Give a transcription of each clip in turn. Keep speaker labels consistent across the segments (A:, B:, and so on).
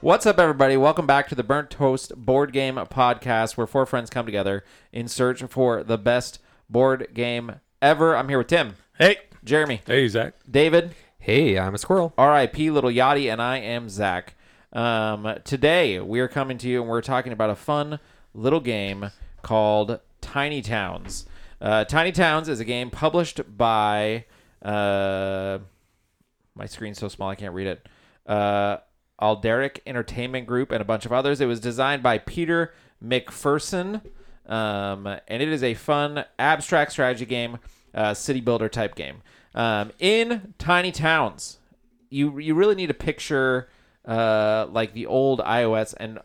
A: What's up, everybody? Welcome back to the Burnt Toast Board Game Podcast, where four friends come together in search for the best board game ever. I'm here with Tim,
B: Hey.
A: Jeremy,
B: Hey, Zach.
A: David,
C: Hey, I'm a squirrel.
A: R.I.P. Little Yachty, and I am Zach. Um, today we are coming to you and we're talking about a fun little game called Tiny Towns. Uh, Tiny Towns is a game published by. Uh, my screen's so small I can't read it. Uh, Alderic Entertainment Group and a bunch of others. It was designed by Peter McPherson, um, and it is a fun abstract strategy game, uh, city builder type game. Um, in tiny towns, you you really need to picture uh, like the old iOS, and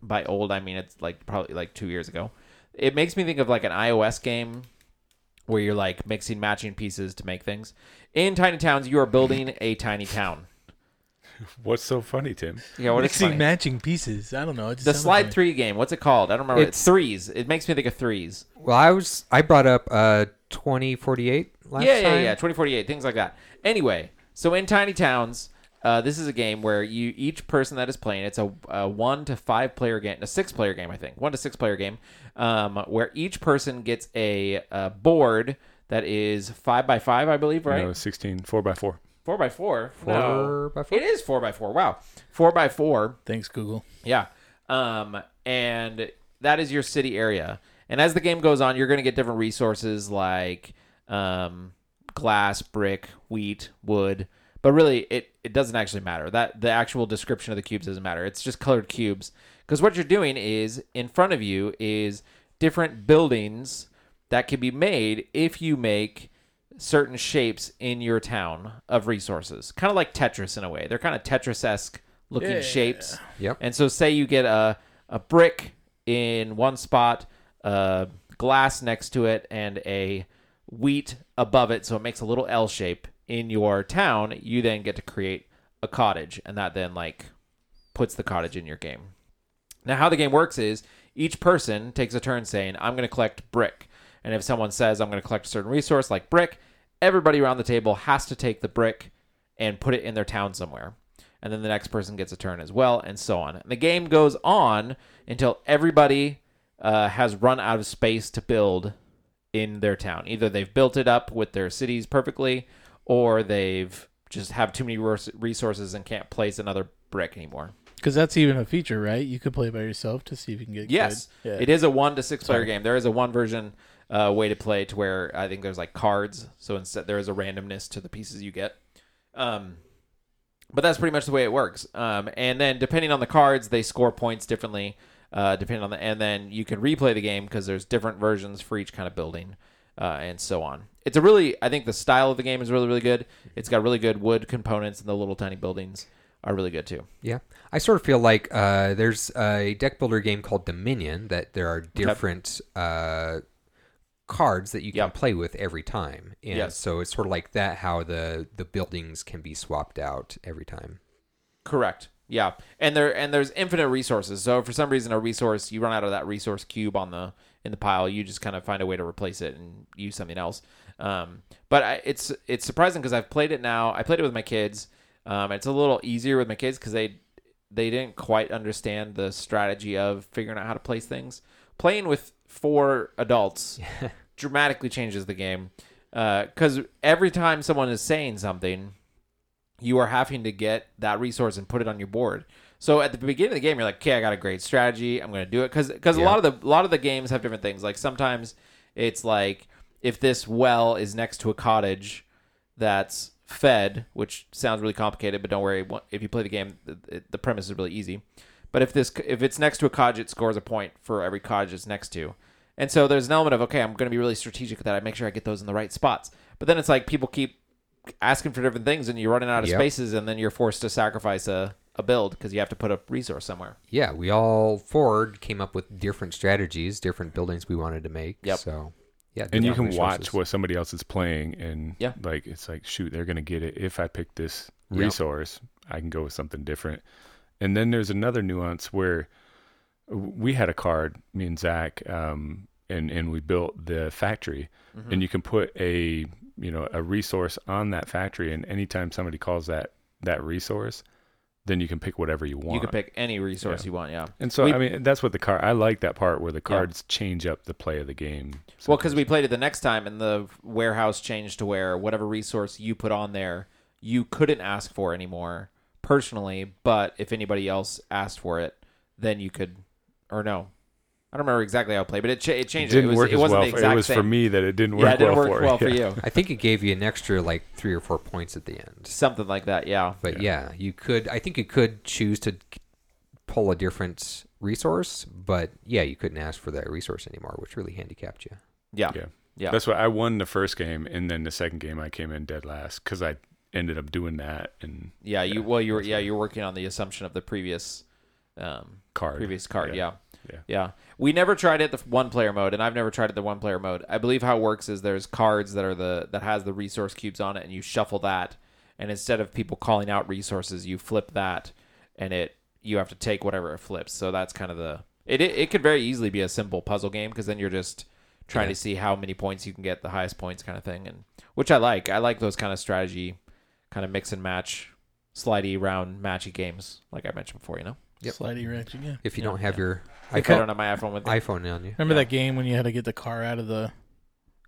A: by old I mean it's like probably like two years ago. It makes me think of like an iOS game where you're like mixing matching pieces to make things. In tiny towns, you are building a tiny town.
B: What's so funny, Tim?
A: Yeah, what is
D: Mixing
A: funny?
D: matching pieces. I don't know. It just
A: the
D: sounded
A: slide
D: funny.
A: three game. What's it called? I don't remember. It's,
C: It's-
A: threes. It makes me think of threes.
C: Well, I was I brought up uh 2048 last
A: yeah, yeah,
C: time.
A: yeah. Twenty forty eight, things like that. Anyway, so in tiny towns, uh, this is a game where you each person that is playing. It's a, a one to five player game, a six player game, I think. One to six player game, um, where each person gets a, uh board that is five by five, I believe, right?
B: No, 16, 4 by 4
A: Four by four. Four
C: by four?
A: It is four by four. Wow, four by four.
D: Thanks, Google.
A: Yeah. Um, and that is your city area. And as the game goes on, you're going to get different resources like um, glass, brick, wheat, wood. But really, it, it doesn't actually matter. That the actual description of the cubes doesn't matter. It's just colored cubes. Because what you're doing is in front of you is different buildings that can be made if you make certain shapes in your town of resources. Kind of like Tetris in a way. They're kind of Tetris esque looking
D: Yeah.
A: shapes.
C: Yep.
A: And so, say you get a, a brick in one spot, a glass next to it, and a wheat above it. So it makes a little L shape in your town. You then get to create a cottage, and that then like puts the cottage in your game. Now, how the game works is each person takes a turn saying, I'm going to collect brick. And if someone says, I'm going to collect a certain resource like brick, everybody around the table has to take the brick and put it in their town somewhere. And then the next person gets a turn as well, and so on. And the game goes on until everybody uh, has run out of space to build in their town. Either they've built it up with their cities perfectly, or they've just have too many res- resources and can't place another brick anymore.
D: Because that's even a feature, right? You could play by yourself to see if you can get.
A: Yes,
D: good. Yeah.
A: it is a one to six player game. There is a one version uh, way to play to where I think there's like cards, so instead there is a randomness to the pieces you get. Um, but that's pretty much the way it works. Um, and then depending on the cards, they score points differently. Uh, depending on the, and then you can replay the game because there's different versions for each kind of building, uh, and so on. It's a really, I think the style of the game is really, really good. It's got really good wood components, and the little tiny buildings are really good too.
C: Yeah. I sort of feel like uh there's a deck builder game called Dominion that there are different uh cards that you can
A: Yep.
C: play with every time. And
A: Yes.
C: so it's sort of like that how the the buildings can be swapped out every time.
A: Correct. Yeah, and there and there's infinite resources. So if for some reason a resource you run out of that resource cube on the in the pile, you just kind of find a way to replace it and use something else. Um, but I, it's it's surprising because I've played it now. I played it with my kids. Um, it's a little easier with my kids because they they didn't quite understand the strategy of figuring out how to place things. Playing with four adults dramatically changes the game because every time someone is saying something you are having to get that resource and put it on your board. So at the beginning of the game, you're like, okay, I got a great strategy. I'm going to do it because because a lot of the a lot of the games have different things. Like sometimes it's like if this well is next to a cottage that's fed, which sounds really complicated, but don't worry. wha- If you play the game, the- the, the premise is really easy. But if this if it's next to a cottage, it scores a point for every cottage it's next to. And so there's an element of okay, I'm going to be really strategic with that. I make sure I get those in the right spots. But then it's like people keep asking for different things, and you're running out of
C: Yep.
A: spaces, and then you're forced to sacrifice a, a build because you have to put a resource somewhere.
C: Yeah, we all forward came up with different strategies, different buildings we wanted to make.
A: Yep.
C: So yeah,
B: And you
C: different
B: can watch
C: resources.
B: what somebody else is playing, and
A: Yeah.
B: like it's like, shoot, they're gonna get it. If I pick this
C: Yeah.
B: resource, I can go with something different. And then there's another nuance where we had a card, me and Zach, um, and and we built the factory,
A: Mm-hmm.
B: and you can put a you know a resource on that factory, and anytime somebody calls that that resource, then you can pick whatever you want.
A: You can pick any resource you want. Yeah.
B: And so
A: We-
B: I mean that's what the card. I like that part where the cards change up the play of the game.
A: Well, because we played it the next time, and the warehouse changed to where whatever resource you put on there, you couldn't ask for anymore personally. But if anybody else asked for it, then you could, or no, I don't remember exactly how it played, but it, cha- it
B: it
A: changed.
B: didn't
A: it was,
B: work
A: it
B: as
A: wasn't
B: well.
A: The
B: for,
A: exact
B: it was
A: same.
B: for me that it didn't work
A: yeah, it didn't
B: well
A: work
B: for,
A: well
B: it.
A: for
B: Yeah.
A: you.
C: I think it gave you an extra like three or four points at the end.
A: Something like that. Yeah.
C: But yeah. you could. I think you could choose to pull a different resource, but yeah, you couldn't ask for that resource anymore, which really handicapped you.
A: Yeah.
B: Yeah.
A: Yeah.
B: That's why I won the first game, and then the second game I came in dead last because I ended up doing that and
A: Yeah. You well, you were yeah, you're working on the assumption of the previous um,
B: card.
A: previous card. Yeah.
B: Yeah.
A: We never tried it the one player mode, and I've never tried it the one player mode. I believe how it works is there's cards that are the that has the resource cubes on it, and you shuffle that, and instead of people calling out resources, you flip that, and it you have to take whatever it flips. So that's kind of the it. It, it could very easily be a simple puzzle game because then you're just trying
C: Yeah.
A: to see how many points you can get, the highest points kind of thing, and which I like. I like those kind of strategy, kind of mix and match, slidey round matchy games, like I mentioned before. You know,
C: Yep.
D: Slidey wrench again.
C: If you
A: Yeah,
C: don't have your
A: if I
C: iPhone,
A: don't have my iPhone with me.
C: iPhone on you,
D: Remember that game when you had to get the car out of the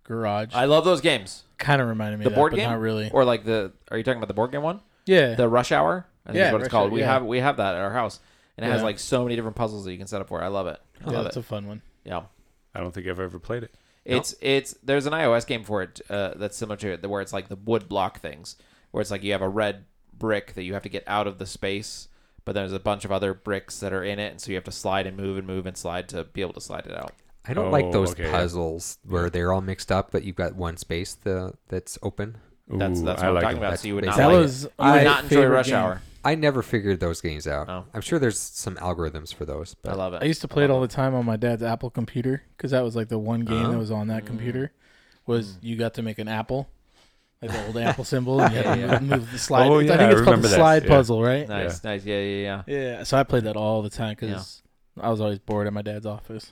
D: garage?
A: I love those games.
D: kind of reminded me
A: The
D: of that,
A: board
D: but
A: game?
D: not really.
A: Or like the are you talking about the board game one?
D: Yeah.
A: The rush hour? I think yeah,
D: Yeah,
A: is what it's
D: Rush
A: called.
D: Hour,
A: we
D: yeah.
A: have we have that at our house. And it has
D: Yeah.
A: like so many different puzzles that you can set up for. it. I love it. I
D: yeah,
A: love
D: that's
A: it.
D: a fun one.
A: yeah.
B: I don't think I've ever played it.
A: It's it's there's an iOS game for it uh, that's similar to it where it's like the wood block things where it's like you have a red brick that you have to get out of the space but there's a bunch of other bricks that are in it and so you have to slide and move and move and slide to be able to slide it out.
C: I don't
B: Oh,
C: like those
B: okay.
C: puzzles where they're all mixed up, but you've got one space the, that's open.
A: That's
B: Ooh,
A: that's what
B: I
A: I'm
B: like
A: talking
B: it.
A: about.
C: That's
A: So you would not
C: basically-
D: That
A: like it.
D: was
A: you
D: my
A: would not enjoy
D: favorite
A: rush
D: game.
A: hour.
C: I never figured those games out.
A: Oh.
C: I'm sure there's some algorithms for those,
A: I
C: but
A: love it.
D: I used to play it all the time on my dad's Apple computer because that was like the one game
C: Oh.
D: that was on that
A: Mm.
D: computer. Was you got to make an apple, like the old apple symbol, and you had to
A: Yeah.
D: move, move the slide.
B: Oh, yeah,
D: I think
B: I
D: it's called
B: remember
D: the
B: that.
D: slide
B: Yeah.
D: puzzle, right?
A: Nice, nice. Yeah, yeah, yeah.
D: Yeah. So I played that all the time because I was always bored at my dad's office.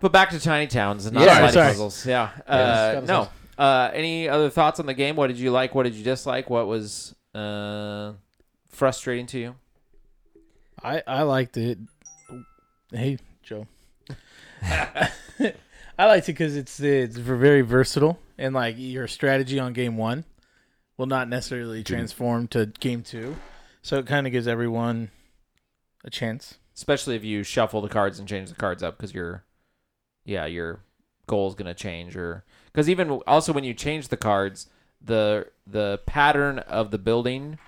A: But back to tiny towns and not
D: Yeah,
A: slidey
D: sorry.
A: puzzles. Yeah.
D: Yeah,
A: Uh,
D: that was-
A: no. Uh, any other thoughts on the game? What did you like? What did you dislike? What was uh, frustrating to you?
D: I I liked it. Hey Joe, I liked it because it's it's very versatile and like your strategy on game one will not necessarily transform to game two, so it kind of gives everyone a chance.
A: Especially if you shuffle the cards and change the cards up because your, yeah, your goal is gonna change or because even also when you change the cards, the the pattern of the building,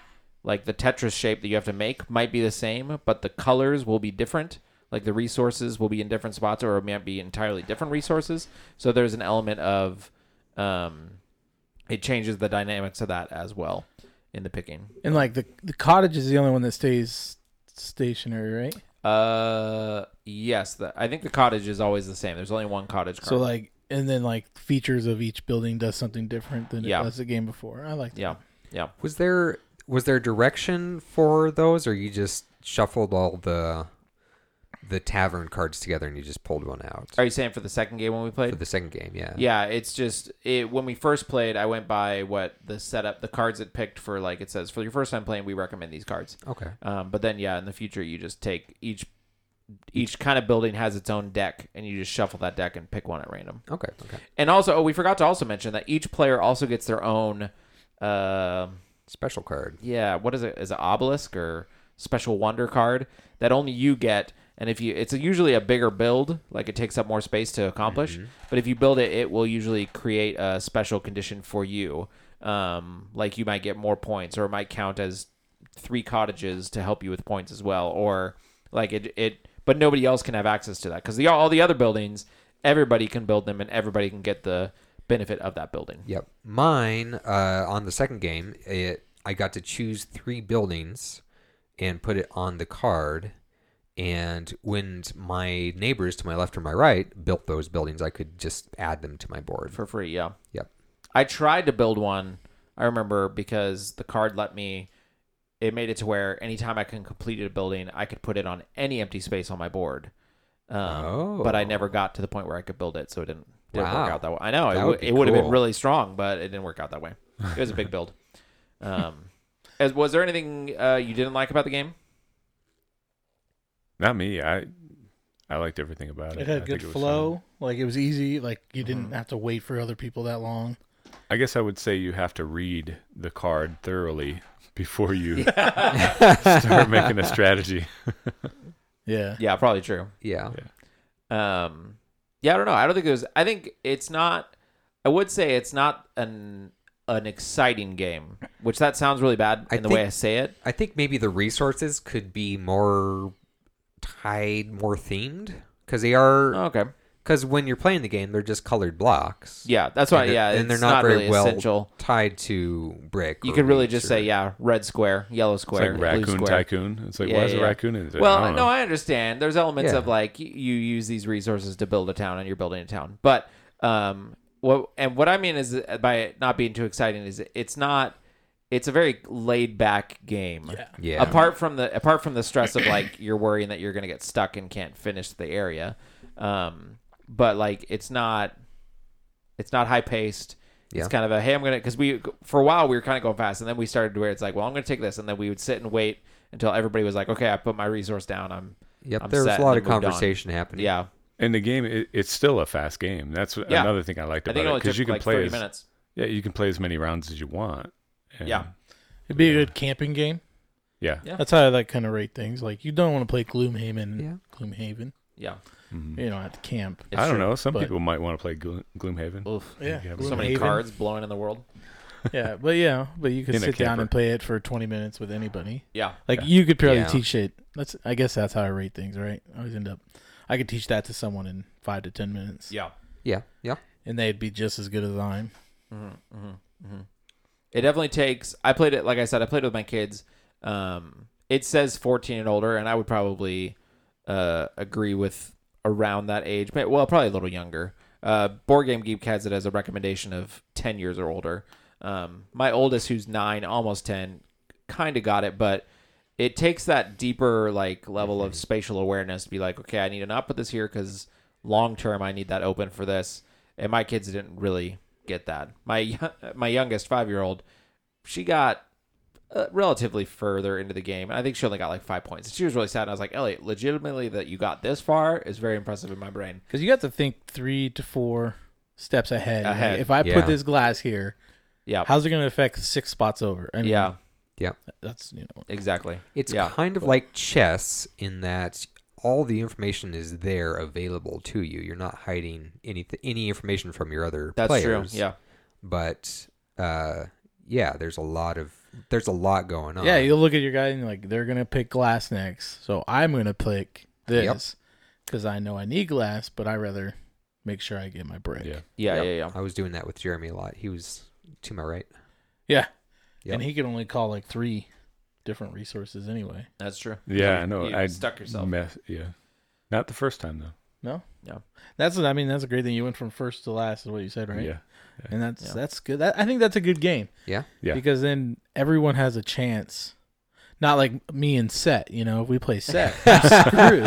A: like the Tetris shape that you have to make, might be the same, but the colors will be different. Like the resources will be in different spots, or it might be entirely different resources. So there's an element of um, it changes the dynamics of that as well in the picking.
D: And like the the cottage is the only one that stays stationary, right?
A: Uh, yes, the, I think the cottage is always the same. There's only one cottage card.
D: So like, and then like features of each building does something different than
A: Yeah.
D: it was the game before. I like that.
A: yeah, yeah.
C: was there was there direction for those, or you just shuffled all the the tavern cards together and you just pulled one out
A: Are you saying for the second game when we played?
C: for the second game? Yeah.
A: Yeah, it's just it when we first played, I went by what the setup, the cards it picked for like it says for your first time playing, we recommend these cards.
C: Okay.
A: Um, but then yeah, in the future you just take each each kind of building has its own deck and you just shuffle that deck and pick one at random.
C: Okay. Okay.
A: And also, oh, we forgot to also mention that each player also gets their own uh,
C: Special card.
A: yeah, what is it? Is it obelisk or special wonder card that only you get? And if you, it's usually a bigger build, like it takes up more space to accomplish. But if you build it, it will usually create a special condition for you. Um, like you might get more points, or it might count as three cottages to help you with points as well, or like it. it but nobody else can have access to that because the all the other buildings, everybody can build them and everybody can get the benefit of that building.
C: Yep. Mine uh, on the second game, it I got to choose three buildings and put it on the card. And when my neighbors to my left or my right built those buildings, I could just add them to my board.
A: for free. Yeah.
C: Yep.
A: I tried to build one. I remember because the card let me. It made it to where anytime I can complete a building, I could put it on any empty space on my board. Um,
C: Oh.
A: But I never got to the point where I could build it, so it didn't, didn't work
C: Wow.
A: out that way. I know it,
C: That
A: w-
C: would be
A: it would have been
C: cool.
A: really strong, but it didn't work out that way. It was a big build. Um, As, was there anything uh, you didn't like about the game?
B: Not me. I I liked everything about it.
D: It
B: I
D: had
B: think
D: good
B: was Mm-hmm.
D: flow. Like it was easy. Like you didn't have to wait for other people that long.
B: fun. I guess I would say you have to read the card thoroughly before you start making a strategy.
D: Yeah.
A: Yeah, probably true.
C: yeah.
A: Um, yeah, I don't know. I don't think there's. I think it's not. I would say it's not an an exciting game, which that sounds really bad
C: I
A: in the way
C: think-
A: I say it.
C: I think maybe the resources could be more tied, more themed, because they are.
A: Okay.
C: Because when you're playing the game, they're just colored blocks.
A: Yeah, that's why.
C: And they're-
A: Yeah,
C: and they're
A: it's
C: not
A: not,
C: very
A: really
C: well
A: essential.
C: tied to brick.
A: You
C: or
A: could really
C: wheat
A: just
C: or-
A: say, yeah, red square, yellow
B: It's
A: square,
B: like
A: blue
B: raccoon
A: square.
B: tycoon. It's like
A: Yeah,
B: why is
A: yeah,
B: a
A: yeah.
B: raccoon in it?
A: Well,
B: I don't
A: no,
B: know.
A: I understand. There's elements
C: Yeah.
A: of like y- you use these resources to build a town, and you're building a town. But um, what and what I mean is that by it not being too exciting is it's not. It's a very laid back game.
C: Yeah.
A: Apart from the apart from the stress of like you're worrying that you're gonna get stuck and can't finish the area, um, but like it's not. It's not high paced.
C: Yeah.
A: It's kind of a hey, I'm gonna because we for a while we were kind of going fast, and then we started to where it's like, well, I'm gonna take this, and then we would sit and wait until everybody was like, okay, I put my resource down. I'm
C: Yep,
A: I'm
C: there was
A: set
C: a
A: and
C: lot
A: then
C: of
A: moved on.
C: conversation happening.
A: yeah.
B: And the game, it, it's still a fast game. That's
A: Yeah.
B: another thing I liked
A: I
B: about
A: think it
B: it
A: only took
B: because you can
A: like
B: play
A: 30
B: as,
A: minutes.
B: yeah, you can play as many rounds as you want. And
A: Yeah.
D: It'd be a good camping game.
B: yeah,
A: Yeah.
D: That's how I like kind of rate things. Like you don't want to play Gloomhaven.
C: Yeah.
D: Gloomhaven.
A: Yeah.
B: Mhm.
D: You don't have to camp.
A: It's
B: I don't
A: true.
B: know. Some
D: but-
B: people might want to play Gloom, Gloomhaven.
A: Oof.
D: Yeah.
B: You have
A: So many
D: Gloomhaven.
A: cards blowing in the world.
D: yeah, but yeah, but you could
B: In a
D: sit down
B: camper.
D: and play it for 20 minutes with anybody.
A: Yeah.
D: Like
B: Yeah.
D: you could probably
C: Yeah.
D: teach it. That's I guess that's how I rate things, right? I always end up I could teach that to someone in 5 to 10 minutes
A: Yeah.
C: Yeah. Yeah.
D: and they'd be just as good as I'm.
A: Mm-hmm. It definitely takes. I played it, like I said, I played it with my kids. Um, it says 14 and older, and I would probably uh, agree with around that age. But, well, probably a little younger. Uh, Board Game Geek has it as a recommendation of 10 years or older. Um, my oldest, who's nine, almost 10, kind of got it, but it takes that deeper like level of spatial awareness to be like, okay, I need to not put this here because long term I need that open for this. And my kids didn't really get that. My my youngest five year old, she got uh, relatively further into the game, and I think she only got like five points. She was really sad, and I was like, Elliot, legitimately that you got this far is very impressive in my brain.
D: Cuz you have to think 3 to 4 steps ahead. Like,
A: Ahead.
D: if I
C: Yeah.
D: put this glass here,
A: Yeah,
D: how's it going to affect 6 spots over? I mean,
A: yeah,
D: That's, you know.
A: exactly.
C: It's
A: yeah,
C: kind of like chess in that all the information is there available to you. You're not hiding any any information from your other
A: that's
C: players.
A: true. Yeah,
C: But uh, yeah, there's a lot of there's a lot going on.
D: Yeah, you'll look at your guy and you're like they're going to pick glass next. So I'm going to pick this cuz I know I need glass, but I rather make sure I get my break.
B: Yeah.
A: yeah,
C: Yep.
A: yeah, yeah.
C: I was doing that with Jeremy a lot. He was to my right.
D: Yeah.
C: Yep.
D: And he could only call like three different resources anyway.
A: That's true.
B: Yeah,
A: You-
B: I know.
A: you
B: I
A: stuck yourself.
B: mess- yeah, not the first time though.
D: No?
A: No.
D: That's I mean, that's a great thing. You went from first to last is what you said, right?
B: Yeah,
D: And that's
A: Yeah.
D: that's good. That, I think that's a good game.
C: Yeah.
B: Yeah.
D: Because then everyone has a chance. Not like me and Set, you know, if we play Set, I'm screwed.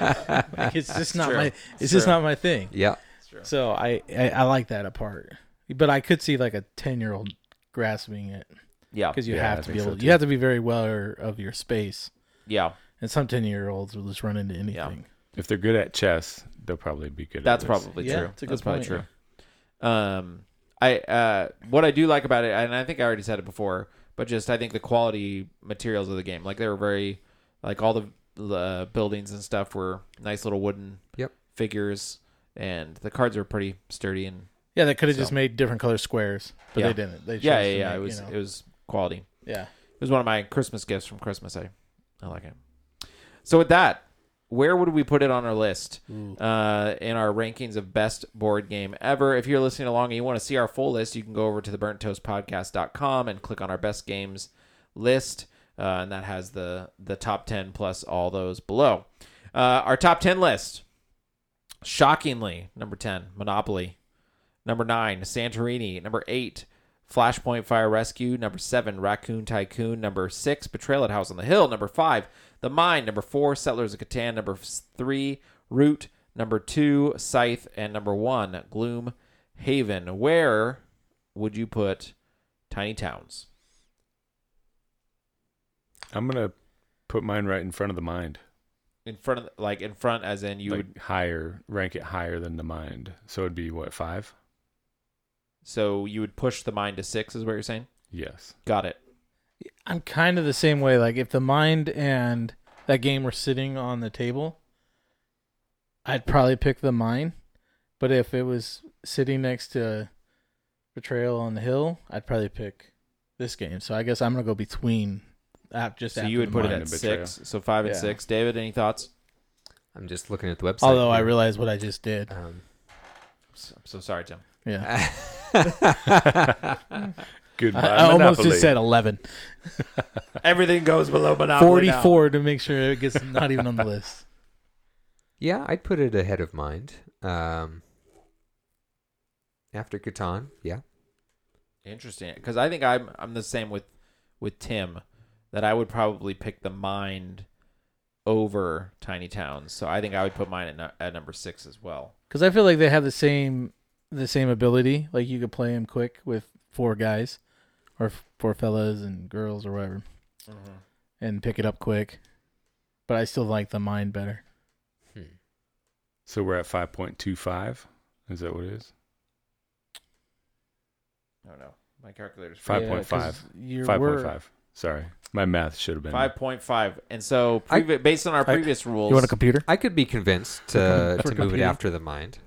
D: Like, it's just not
A: true.
D: my it's,
A: It's
D: just
A: true.
D: not my thing.
C: Yeah.
D: So I, I I like that apart. But I could see like a 10-year-old grasping it
A: Yeah,
D: because you
B: Yeah, I
D: have to be
B: think so
D: able
B: too.
D: you have to be very well of your space.
A: yeah.
D: And some 10-year-olds will just run into anything.
B: if they're good at chess, they'll probably be good.
A: That's
B: at this.
A: probably
D: Yeah,
A: true.
D: it's a good
A: That's probably
D: point,
A: true. Um, I uh, what I do like about it, and I think I already said it before, but just I think the quality materials of the game, like they were very, like all the uh, buildings and stuff were nice little wooden
C: Yep.
A: figures, and the cards were pretty sturdy and
D: Yeah, they could have just
A: So-
D: made different color squares, but
A: Yeah.
D: they didn't. They
A: yeah,
D: chose
A: yeah,
D: to
A: yeah.
D: make,
A: It was
D: you know,
A: it was quality.
D: yeah.
A: It was one of my Christmas gifts from Christmas. I, I like it. So with that, where would we put it on our list uh, in our rankings of best board game ever? If you're listening along and you want to see our full list, you can go over to the burnttoastpodcast.com and click on our best games list, uh, and that has the the top ten plus all those below. Uh, our top ten list, shockingly, number ten, Monopoly. Number nine, Santorini. Number eight, Flashpoint Fire Rescue. Number seven, Raccoon Tycoon. Number six, Betrayal at House on the Hill. Number five, The Mine. Number four, Settlers of Catan. Number f- three, Root. Number two, Scythe. And number one, Gloom Haven. Where would you put Tiny Towns?
B: I'm gonna put mine right in front of the mind.
A: in front of like in front as in you
B: like
A: would
B: higher rank it higher than the mind. So it'd be what five?
A: so you would push the mind to six is what you're saying
B: Yes.
A: got it
D: I'm kind of the same way. Like if the mind and that game were sitting on the table, I'd probably pick the mind. But if it was sitting next to Betrayal on the Hill, I'd probably pick this game. So I guess I'm gonna go between. App just
A: so
D: after
A: you would
D: the
A: put it
D: mind.
B: mind
A: at
B: and betrayal.
A: six so five and
D: Yeah.
A: six david any thoughts
C: I'm just looking at the website.
D: Although I
C: here.
D: realize what I just did.
C: Um,
A: S- i'm so sorry tim
D: Yeah,
C: Um,
B: Goodbye.
D: I, I almost
B: Monopoly.
D: just said 11.
A: everything goes below monopoly
D: 44 to make sure it gets not even on the list.
C: yeah, I'd put it ahead of mind. Um, after Catan, yeah.
A: interesting because i think i'm i'm the same with with tim that i would probably pick the mind over tiny towns so i think i would put mine at, nu- at number six as well
D: Because I feel like they have the same the same ability. Like you could play him quick with four guys, or f- four fellas and girls or whatever, and pick it up quick. But I still like the mind better.
C: Hmm.
B: So we're at five point two five. Is that what it is?
A: i don't know my calculator's
B: Five
D: Yeah,
B: point
D: 'cause
B: five.
D: you
B: Five point
D: were-
B: five. Sorry, my math should have been
A: Five point five, and so
C: I-
A: previ- based on our
D: I-
A: previous rules,
D: You want a computer?
C: I could be convinced to,
B: For
C: to move it
B: computer.
C: after the mind.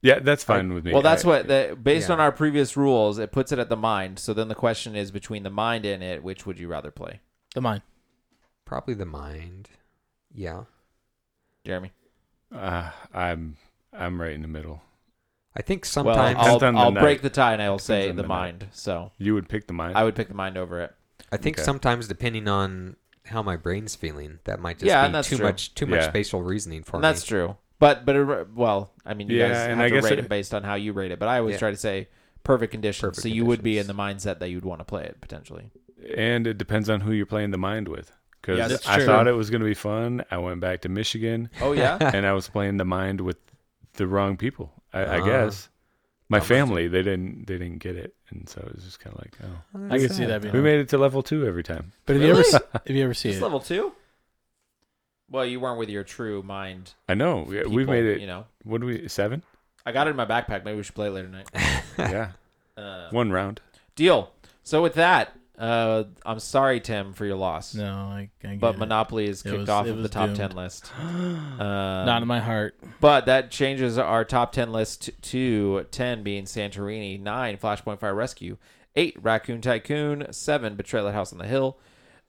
B: Yeah, that's fine with me.
A: well, that's
B: I-
A: what the, based on
C: Yeah.
A: our previous rules, it puts it at the mind. So then the question is between the mind and it, which would you rather play,
D: The mind.
C: Probably the mind. Yeah.
A: Jeremy?
B: uh, I'm. I'm right in the middle.
C: I think
A: well,
C: sometimes
B: Depends on
A: I'll,
B: the
A: I'll
B: night.
A: break the tie and I will say
B: on
A: the
B: the night.
A: mind. So
B: You would pick the mind.
A: I would pick the mind over it.
C: I think
B: Okay.
C: sometimes depending on how my brain's feeling, that might just
A: Yeah, and
C: be
A: that's
C: too
A: true.
C: much too much
B: Yeah.
C: spatial reasoning for
A: And that's
C: me.
A: true. But but it, well, I mean, you
B: Yeah,
A: guys have
B: and I
A: to
B: guess
A: rate it,
B: it-
A: based on how you rate it. But I always
C: Yeah.
A: try to say perfect conditions.
C: Perfect
A: so you would be in
C: conditions.
A: the mindset that you'd want to play it potentially.
B: and it depends on who you're playing the mind with. Because
A: Yeah, that's
B: I
A: true.
B: thought it was going to be fun. I went back to Michigan,
A: Oh yeah,
B: and I was playing the mind with the wrong people. I, I
C: Ah.
B: guess my
C: Not much.
B: family they didn't they didn't get it, and so it was just kind of like, oh,
D: I could see that being-
B: we made it to level two every time.
D: But have you ever
A: Really?
D: s- have you ever seen
A: it's
D: it?
A: level two. Well, you weren't with your true mind.
B: I know we, we
A: people,
B: made it.
A: You know,
B: What do we seven?
A: I got it in my backpack. Maybe we should play it later tonight.
B: yeah,
A: Uh,
B: one round.
A: deal. So with that, uh, I'm sorry, Tim, for your loss.
D: No, I, I get
A: But
D: it.
A: Monopoly is
D: It
A: kicked
D: was-
A: off
D: it
A: of the
D: was
A: top
D: doomed.
A: ten list.
D: Not in
A: Um,
D: my heart.
A: but that changes our top ten list to ten being Santorini, nine Flashpoint Fire Rescue, eight Raccoon Tycoon, seven Betrayal at House on the Hill,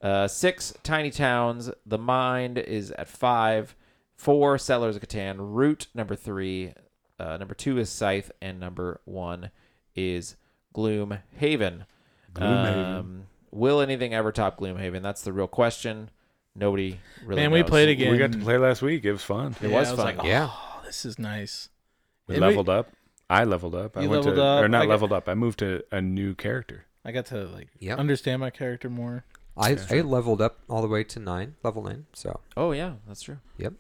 A: uh, six Tiny Towns. The Mind is at five, four Settlers of Catan. Root number three, uh, number two is Scythe, and number one is Gloom Haven.
B: Gloomhaven.
A: Um, will anything ever top Gloomhaven? That's the real question. Nobody really.
D: Man, we
A: knows.
D: played again.
B: we got to play last week. It was fun.
A: It was
D: I
A: fun.
D: like,
C: Yeah.
D: oh, this is nice.
B: We
D: And we-
B: leveled up. I leveled up. I
D: You
B: went
D: leveled
B: to
D: up.
B: or not
D: I got-
B: leveled up. I moved to a new character.
D: I got to like
C: Yep.
D: understand my character more.
C: I,
B: Yeah.
C: I leveled up all the way to nine, level nine. So
A: Oh yeah, that's true.
C: Yep.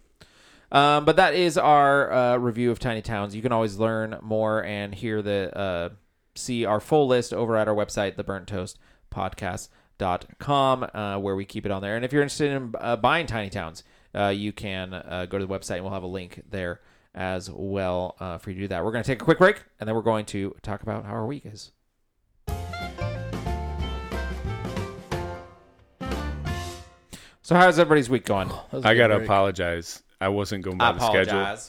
A: Um, but that is our uh, review of Tiny Towns. You can always learn more and hear the uh, see our full list over at our website, the Burnt Toast Podcast dot com uh, where we keep it on there and if you're interested in uh, buying tiny towns uh, you can uh, go to the website and we'll have a link there as well uh, for you to do that we're going to take a quick break and then we're going to talk about how our week is so how's everybody's week going
D: That was a
B: I
D: good
B: gotta
D: break.
B: apologize. I wasn't going by the schedule.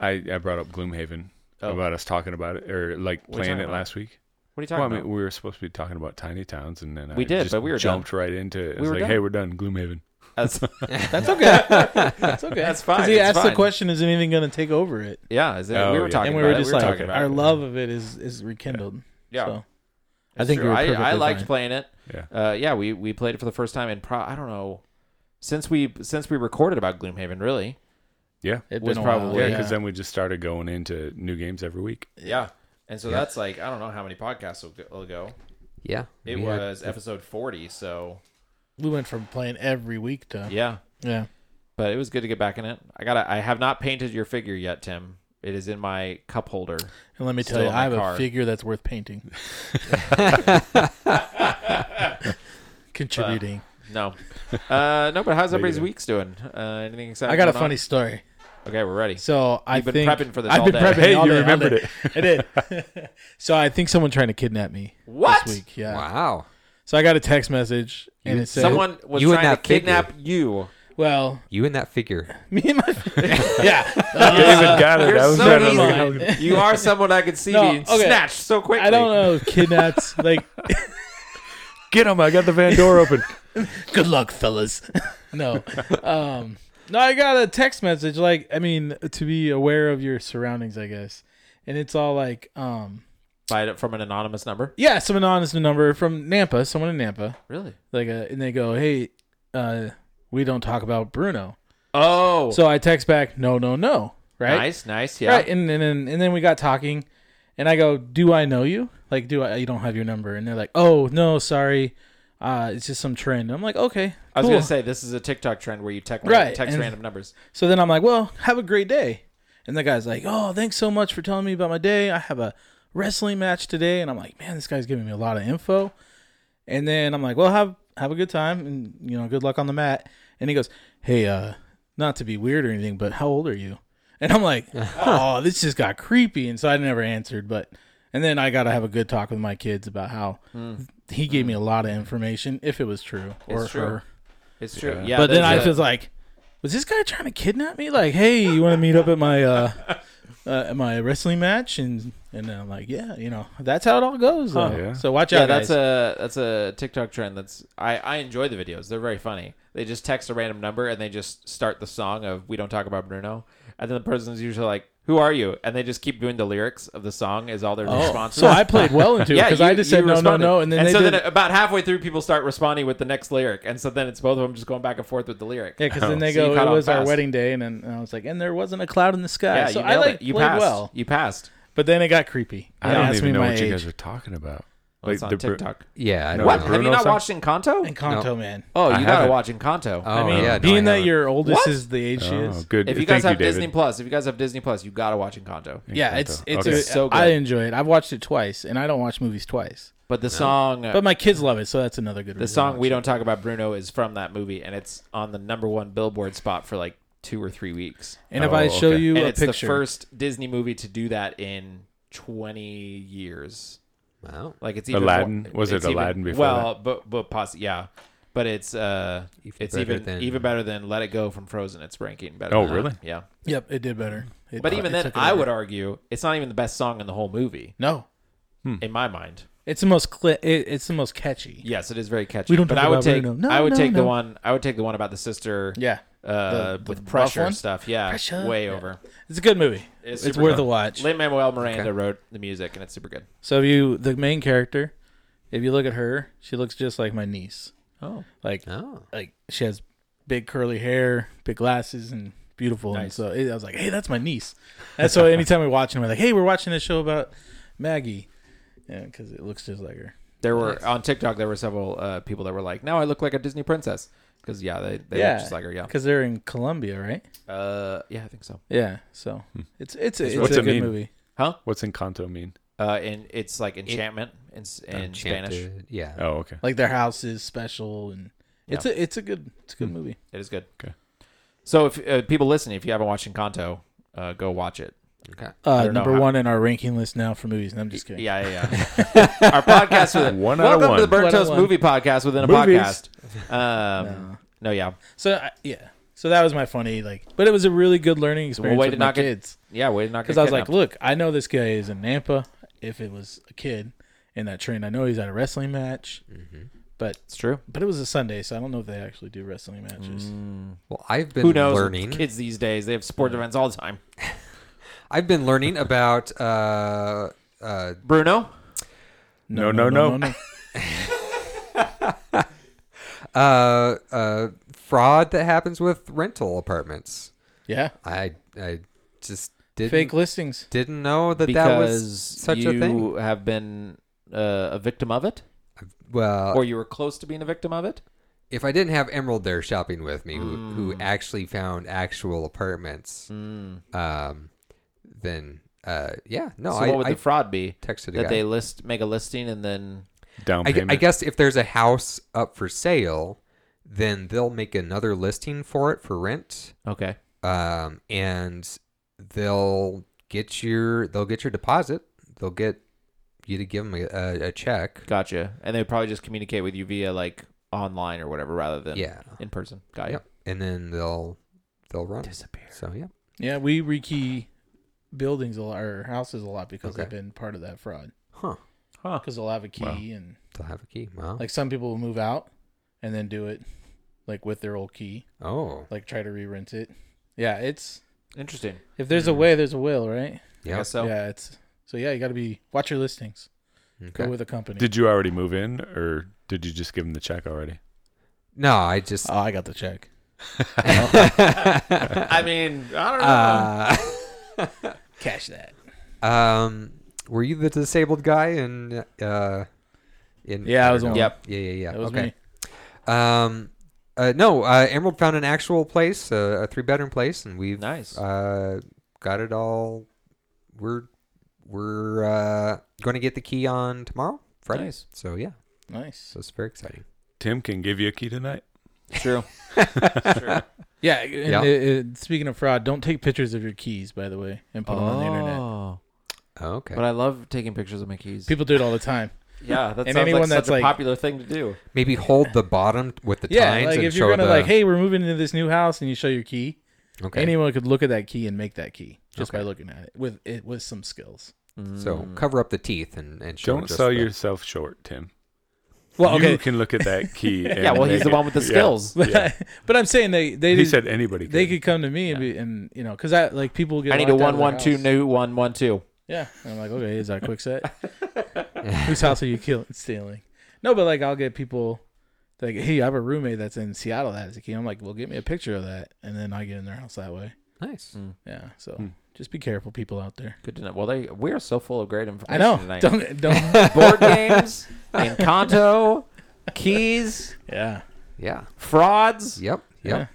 B: I, I brought up Gloomhaven
A: Oh.
B: about us talking about it or like
A: What are you
B: playing
A: talking
B: it
A: about?
B: last week.
A: What are you
B: Well, I
A: talking
B: mean,
A: about?
B: we were supposed to be talking about tiny towns, and then I
A: We did,
B: just
A: but we were
B: jumped right into it.
A: We
B: I was
A: were
B: like,
A: done.
B: "Hey, we're done, Gloomhaven."
A: That's,
D: That's okay. That's okay.
A: That's fine,
D: Because he
A: it's
D: asked
A: fine.
D: the question: Is anything going to take over it?
A: yeah, is it,
B: Oh,
A: we were
B: yeah.
A: talking
D: and we
A: about
D: were
A: it.
D: just
A: we were
D: like,
A: talking about
D: our
A: it.
D: love of it is is rekindled.
A: Yeah.
D: So, I
A: It's
D: think
A: true.
D: we were
A: I, I
D: perfectly
A: liked
D: fine.
A: playing it.
B: Yeah.
A: Uh, yeah, we, we played it for the first time in pro. I don't know since we since we recorded about Gloomhaven. Really?
B: Yeah,
D: It
A: was
D: was probably
A: probably-
B: yeah,
A: Oh, yeah.
B: because then we just started going into new games every week.
A: Yeah. And so
C: Yeah.
A: that's like I don't know how many podcasts will go. will go.
C: yeah.
A: It
C: we had-
A: was episode forty. So
D: we went from playing every week to yeah.
A: yeah, but it was good to get back in it. I got to I have not painted your figure yet, Tim. It is in my cup holder.
D: And let me
A: Still
D: tell you,
A: in
D: I have
A: my car.
D: a figure that's worth painting. contributing.
A: No. Uh, no, but how's
B: There you
A: everybody's
B: go.
A: weeks doing? Uh, anything exciting?
D: I got a
A: going on?
D: funny story.
A: Okay, we're ready.
D: So I
A: You've been
D: think
A: prepping for this
D: I've
A: all
D: been
A: day.
D: prepping
B: Hey,
D: all
B: you
D: day, all
B: remembered
D: day. I did. so I think someone trying to kidnap me
A: What?
D: this week. Yeah.
C: Wow.
D: So I got a text message and
C: You-
D: it said,
A: Someone was
C: You and
A: trying to
C: that figure.
A: kidnap you.
D: "Well,
C: You and that figure.
D: me and my yeah."
B: David got
A: Uh,
B: it.
A: You're
B: I was
A: so
B: trying to
A: mean.
B: look how-
A: You are someone I could see
D: No,
A: being
D: okay.
A: snatched so quickly.
D: I don't know. Kidnapped. Like,
B: Get him! I got the van door open.
D: good luck, fellas. no. Um, no, I got a text message. Like, I mean, to be aware of your surroundings, I guess. And it's all like, um,
A: Buy it from an anonymous number.
D: yeah, some anonymous number from Nampa, someone in Nampa.
A: Really?
D: Like, uh, and they go, hey, uh, we don't talk about Bruno.
A: Oh,
D: So I text back, no, no, no. Right.
A: nice, nice. Yeah.
D: Right. And, and and and then we got talking, and I go, "Do I know you? Like, do I? You don't have your number?" And they're like, "Oh no, sorry, uh, it's just some trend." I'm like, "Okay,
A: I was
D: cool."
A: gonna say this is a TikTok trend where you text
D: Right,
A: text
D: and-
A: random numbers.
D: So then I'm like, "Well, have a great day." And the guy's like, "Oh, thanks so much for telling me about my day. I have a wrestling match today." And I'm like, "Man, this guy's giving me a lot of info." And then I'm like, "Well, have have a good time and you know, good luck on the mat." And he goes, "Hey, uh, not to be weird or anything, but how old are you?" And I'm like, "Oh, this just got creepy." And so I never answered, but and then I got to have a good talk with my kids about how he gave me a lot of information if it was true or
A: Hmm. It's true.
D: her
A: It's true. Yeah.
D: but then I
A: there's a-
D: was like, was this guy trying to kidnap me? Like, hey, you want to meet up at my uh, uh at my wrestling match? And and I'm like, yeah, you know, that's how it all goes. though.
B: Huh. Yeah.
D: So watch
A: yeah,
D: out.
A: that's
D: guys.
A: a that's a TikTok trend. That's I I enjoy the videos. They're very funny. They just text a random number and they just start the song of "We Don't Talk About Bruno," and then the person's usually like, "Who are you?" and they just keep doing the lyrics of the song as all their
D: oh,
A: responses.
D: so I played well into it because
A: you-
D: I just
A: you
D: said no, no,
A: responded.
D: no, and then they
A: so
D: did.
A: then about halfway through, people start responding with the next lyric, and so then it's both of them just going back and forth with the lyric.
D: yeah, because
B: Oh.
D: then they
A: Oh, So you
D: go,
A: caught
D: it
A: on
D: was our
A: fast.
D: wedding day, and then and I was like, and there wasn't a cloud in the sky.
A: Yeah,
D: so
A: you
D: I
A: nailed
D: like
A: it. You
D: played
A: passed.
D: well,
A: You passed.
D: but then it got creepy.
B: I
D: They
B: don't
D: asked
B: even
D: me
B: know
D: my
B: what you
D: age.
B: guys are talking about.
A: Well, it's
B: Like,
A: on
B: the Bru-
A: TikTok.
C: Yeah. I
B: No,
C: don't
A: what?
B: the
C: know.
A: Have you
B: Bruno
A: not
B: song?
A: watched Encanto?
D: And Kanto,
C: No.
D: man.
A: Oh,
B: I
A: you gotta
B: haven't.
A: watch Encanto.
C: Oh,
D: I mean,
C: yeah. no, I
D: being that
C: haven't.
D: your oldest
A: What?
D: is the age she
B: Oh,
D: is.
B: good.
A: if you
B: Uh, Thank
A: guys have
B: David.
A: Disney Plus, if you guys have Disney Plus, you gotta watch Encanto.
D: Yeah, it's it's,
B: Okay.
D: a,
A: It's so good.
D: I enjoy it. I've watched it twice, and I don't watch movies twice.
A: But the song,
D: But my kids love it, so that's another good.
A: the song "We Don't Talk About Bruno" is from that movie, and it's on the number one Billboard spot for like two or three weeks.
D: And if
B: Oh,
D: I show
B: okay.
D: you
A: and
D: a
A: it's
D: picture,
A: the first Disney movie to do that in 20 years.
C: Wow.
A: Like it's even
B: Aladdin?
A: more-
B: Was it
A: it's even-
B: Aladdin before
A: Well, but but possi yeah, but it's uh,
C: Even
A: it's
C: better
A: even
C: than-
A: even better than "Let It Go" from Frozen. It's ranking better.
B: Oh,
A: than that.
B: really?
A: Yeah.
D: yep, it did better. It
A: But
D: t-
A: even
D: it
A: then,
D: took it
A: I
D: over.
A: would argue it's not even the best song in the whole movie,
D: no.
B: Hmm.
A: in my mind.
D: It's the most cli- it, It's the most catchy.
A: Yes, it is very catchy.
D: We don't
A: but
D: talk
A: I would
D: about
A: take
D: Bruno. No,
A: I would
D: no,
A: take the
D: no.
A: one I would take the one about the sister
D: Yeah,
A: uh,
D: The- the
A: with
D: rough
A: pressure
D: one?
A: stuff. Yeah,
D: Pressure?
A: way
D: Yeah.
A: over.
D: it's a good movie. It's,
A: super
D: worth
A: good.
D: a watch.
A: Lin Manuel Miranda
C: Okay.
A: wrote the music, and it's super good.
D: So if you the main character, if you look at her, she looks just like my niece.
A: Oh,
D: Like
C: Oh.
D: like she has big curly hair, big glasses, and beautiful. And
A: Nice.
D: so it, I was like, hey, that's my niece. And so anytime we're watching, we're like, hey, we're watching a show about Maggie, because it looks just like her.
A: there were on TikTok there were several uh, people that were like, "Now I look like a Disney princess," because yeah, they they
D: Yeah.
A: look just like her. Yeah,
D: Because they're in Colombia, right?
A: uh, yeah, I think so.
D: Yeah, so
A: Hmm.
D: it's it's a, it's
B: What's
D: a
B: it
D: good
B: mean?
D: movie.
A: Huh?
B: What's Encanto mean?
A: Uh, and it's like enchantment in, s- in Spanish.
C: Enchanted. Yeah.
B: Oh, okay.
D: Like their house is special, and it's a it's a good it's a good movie.
A: It is good.
B: Okay.
A: So if uh, people listening, if you haven't watched Encanto, uh, go watch it.
C: Okay.
D: Uh,
A: don't know
D: number
A: how-
D: one in our ranking list now for movies. And I'm just kidding.
A: Yeah, yeah, yeah. Our podcast with
B: One out of
A: Welcome to the
B: one.
A: Burnt
D: One out of
A: Toast
D: one.
A: Movie Podcast within a
B: Movies.
A: podcast. Um, no.
D: No.
A: yeah,
D: So I, yeah, so that was my funny like, but it was a really good learning experience
A: way
D: with
A: to
D: my
A: not get
D: kids
A: yeah. Way to not
D: because
A: get
D: I was like,
A: kidnapped.
D: look, I know this guy is in Nampa. If it was a kid in that train, I know he's at a wrestling match,
A: Oh.
C: mm-hmm.
D: but
A: it's true.
D: but it was a Sunday, so I don't know if they actually do wrestling matches.
A: Mm,
C: Well, I've been
A: Who knows?
C: learning.
A: Kids these days, they have sport events all the time.
C: I've been learning about uh, uh,
A: Bruno,
B: No, no, no.
C: uh, uh, fraud that happens with rental apartments.
D: Yeah,
C: I I just didn't
D: fake listings.
C: didn't know that
A: because
C: that was such
A: you
C: a thing.
A: have been uh, a victim of it,
C: Well,
A: or you were close to being a victim of it.
C: if I didn't have Emerald there shopping with me, who
A: Hmm.
C: who actually found actual apartments,
A: Hmm.
C: um, then uh, yeah, no,
A: so
C: I,
A: what would
C: I
A: the fraud be?
C: texted a
A: That
C: guy.
A: they list make a listing and then
B: down
C: I, gu-
B: payment.
C: I guess if there's a house up for sale, then they'll make another listing for it for rent,
A: Okay.
C: um, and they'll get your they'll get your deposit. They'll get you to give them a, a, a check.
A: Gotcha. And they would probably just communicate with you via like online or whatever rather than
C: Yeah.
A: in person. Got you.
C: Yep. And then they'll they'll run.
A: Disappear.
C: So yeah.
D: Yeah, we rekey buildings a lot or houses a lot because they've
C: Okay.
D: been part of that fraud.
C: Huh.
A: Huh.
D: Because they'll have a key
B: Wow.
D: and
C: They'll have a key. Wow.
D: like some people will move out and then do it like with their old key,
C: oh.
D: like try to re-rent it. Yeah, it's
A: Interesting.
D: if there's a way, there's a will, right?
A: I
C: Yeah.
A: guess so.
D: Yeah, it's so yeah, you got to be watch your listings. Go
C: Okay.
D: with a company.
B: Did you already move in, or did you just give them the check already?
C: No, I just.
D: oh, I got the check.
A: I mean, I don't know.
C: Uh,
D: Cash that.
C: um, were you the disabled guy in? Uh, in
D: Yeah, I was
C: don't
D: one.
C: know.
A: Yep.
C: Yeah, yeah, yeah.
D: That was
C: okay.
D: me.
C: Um, uh, no, uh, Emerald found an actual place, uh, a three bedroom place, and we've
A: nice.
C: uh, got it all. We're we're uh, going to get the key on tomorrow, Friday.
A: Nice.
C: So yeah,
D: Nice.
C: so it's very exciting.
B: Tim can give you a key tonight.
A: True. True.
D: Yeah. And
C: Yeah.
D: It, it- speaking of fraud, don't take pictures of your keys, by the way, and put them on the internet.
A: Oh.
C: Okay,
A: But I love taking pictures of my keys.
D: People do it all the time.
A: yeah, that
D: And
A: sounds
D: anyone
A: like
D: that's
A: such a
D: like-
A: popular thing to do.
C: maybe hold the bottom with the
D: yeah,
C: tines
D: like
C: and
D: if
C: show
D: you're gonna
C: the.
D: like, hey, we're moving into this new house, and you show your key,
C: okay.
D: anyone could look at that key and make that key just by
C: Okay.
D: looking at it with it with some skills.
C: so
A: Mm.
C: cover up the teeth and and show
B: Don't
C: just
B: sell
C: the-
B: yourself short, Tim.
D: Well,
B: You
D: okay,
B: can look at that key. And
A: yeah, well, he's
B: make
A: the
B: it-
A: one with the
B: yeah.
A: skills.
D: but,
B: Yeah.
D: but I'm saying they they
B: he
D: did-
B: said anybody.
D: they
B: could.
D: could come to me and be and you know because I like people get
A: I need a
D: locked out of
A: one
D: their
A: one two
D: house.
A: new one one two.
D: yeah and I'm like okay is that a quick set whose house are you killing stealing no but like I'll get people like hey I have a roommate that's in Seattle that has a key I'm like well get me a picture of that and then I get in their house that way
C: Nice.
D: yeah so
B: Hmm.
D: just be careful people out there
A: Good to know. Well, they, we are so full of great information
D: I know
A: tonight.
D: don't don't
A: Board games, Encanto, keys,
D: yeah
C: Yeah.
A: frauds.
C: Yep.
D: Mm. yeah
C: Yep.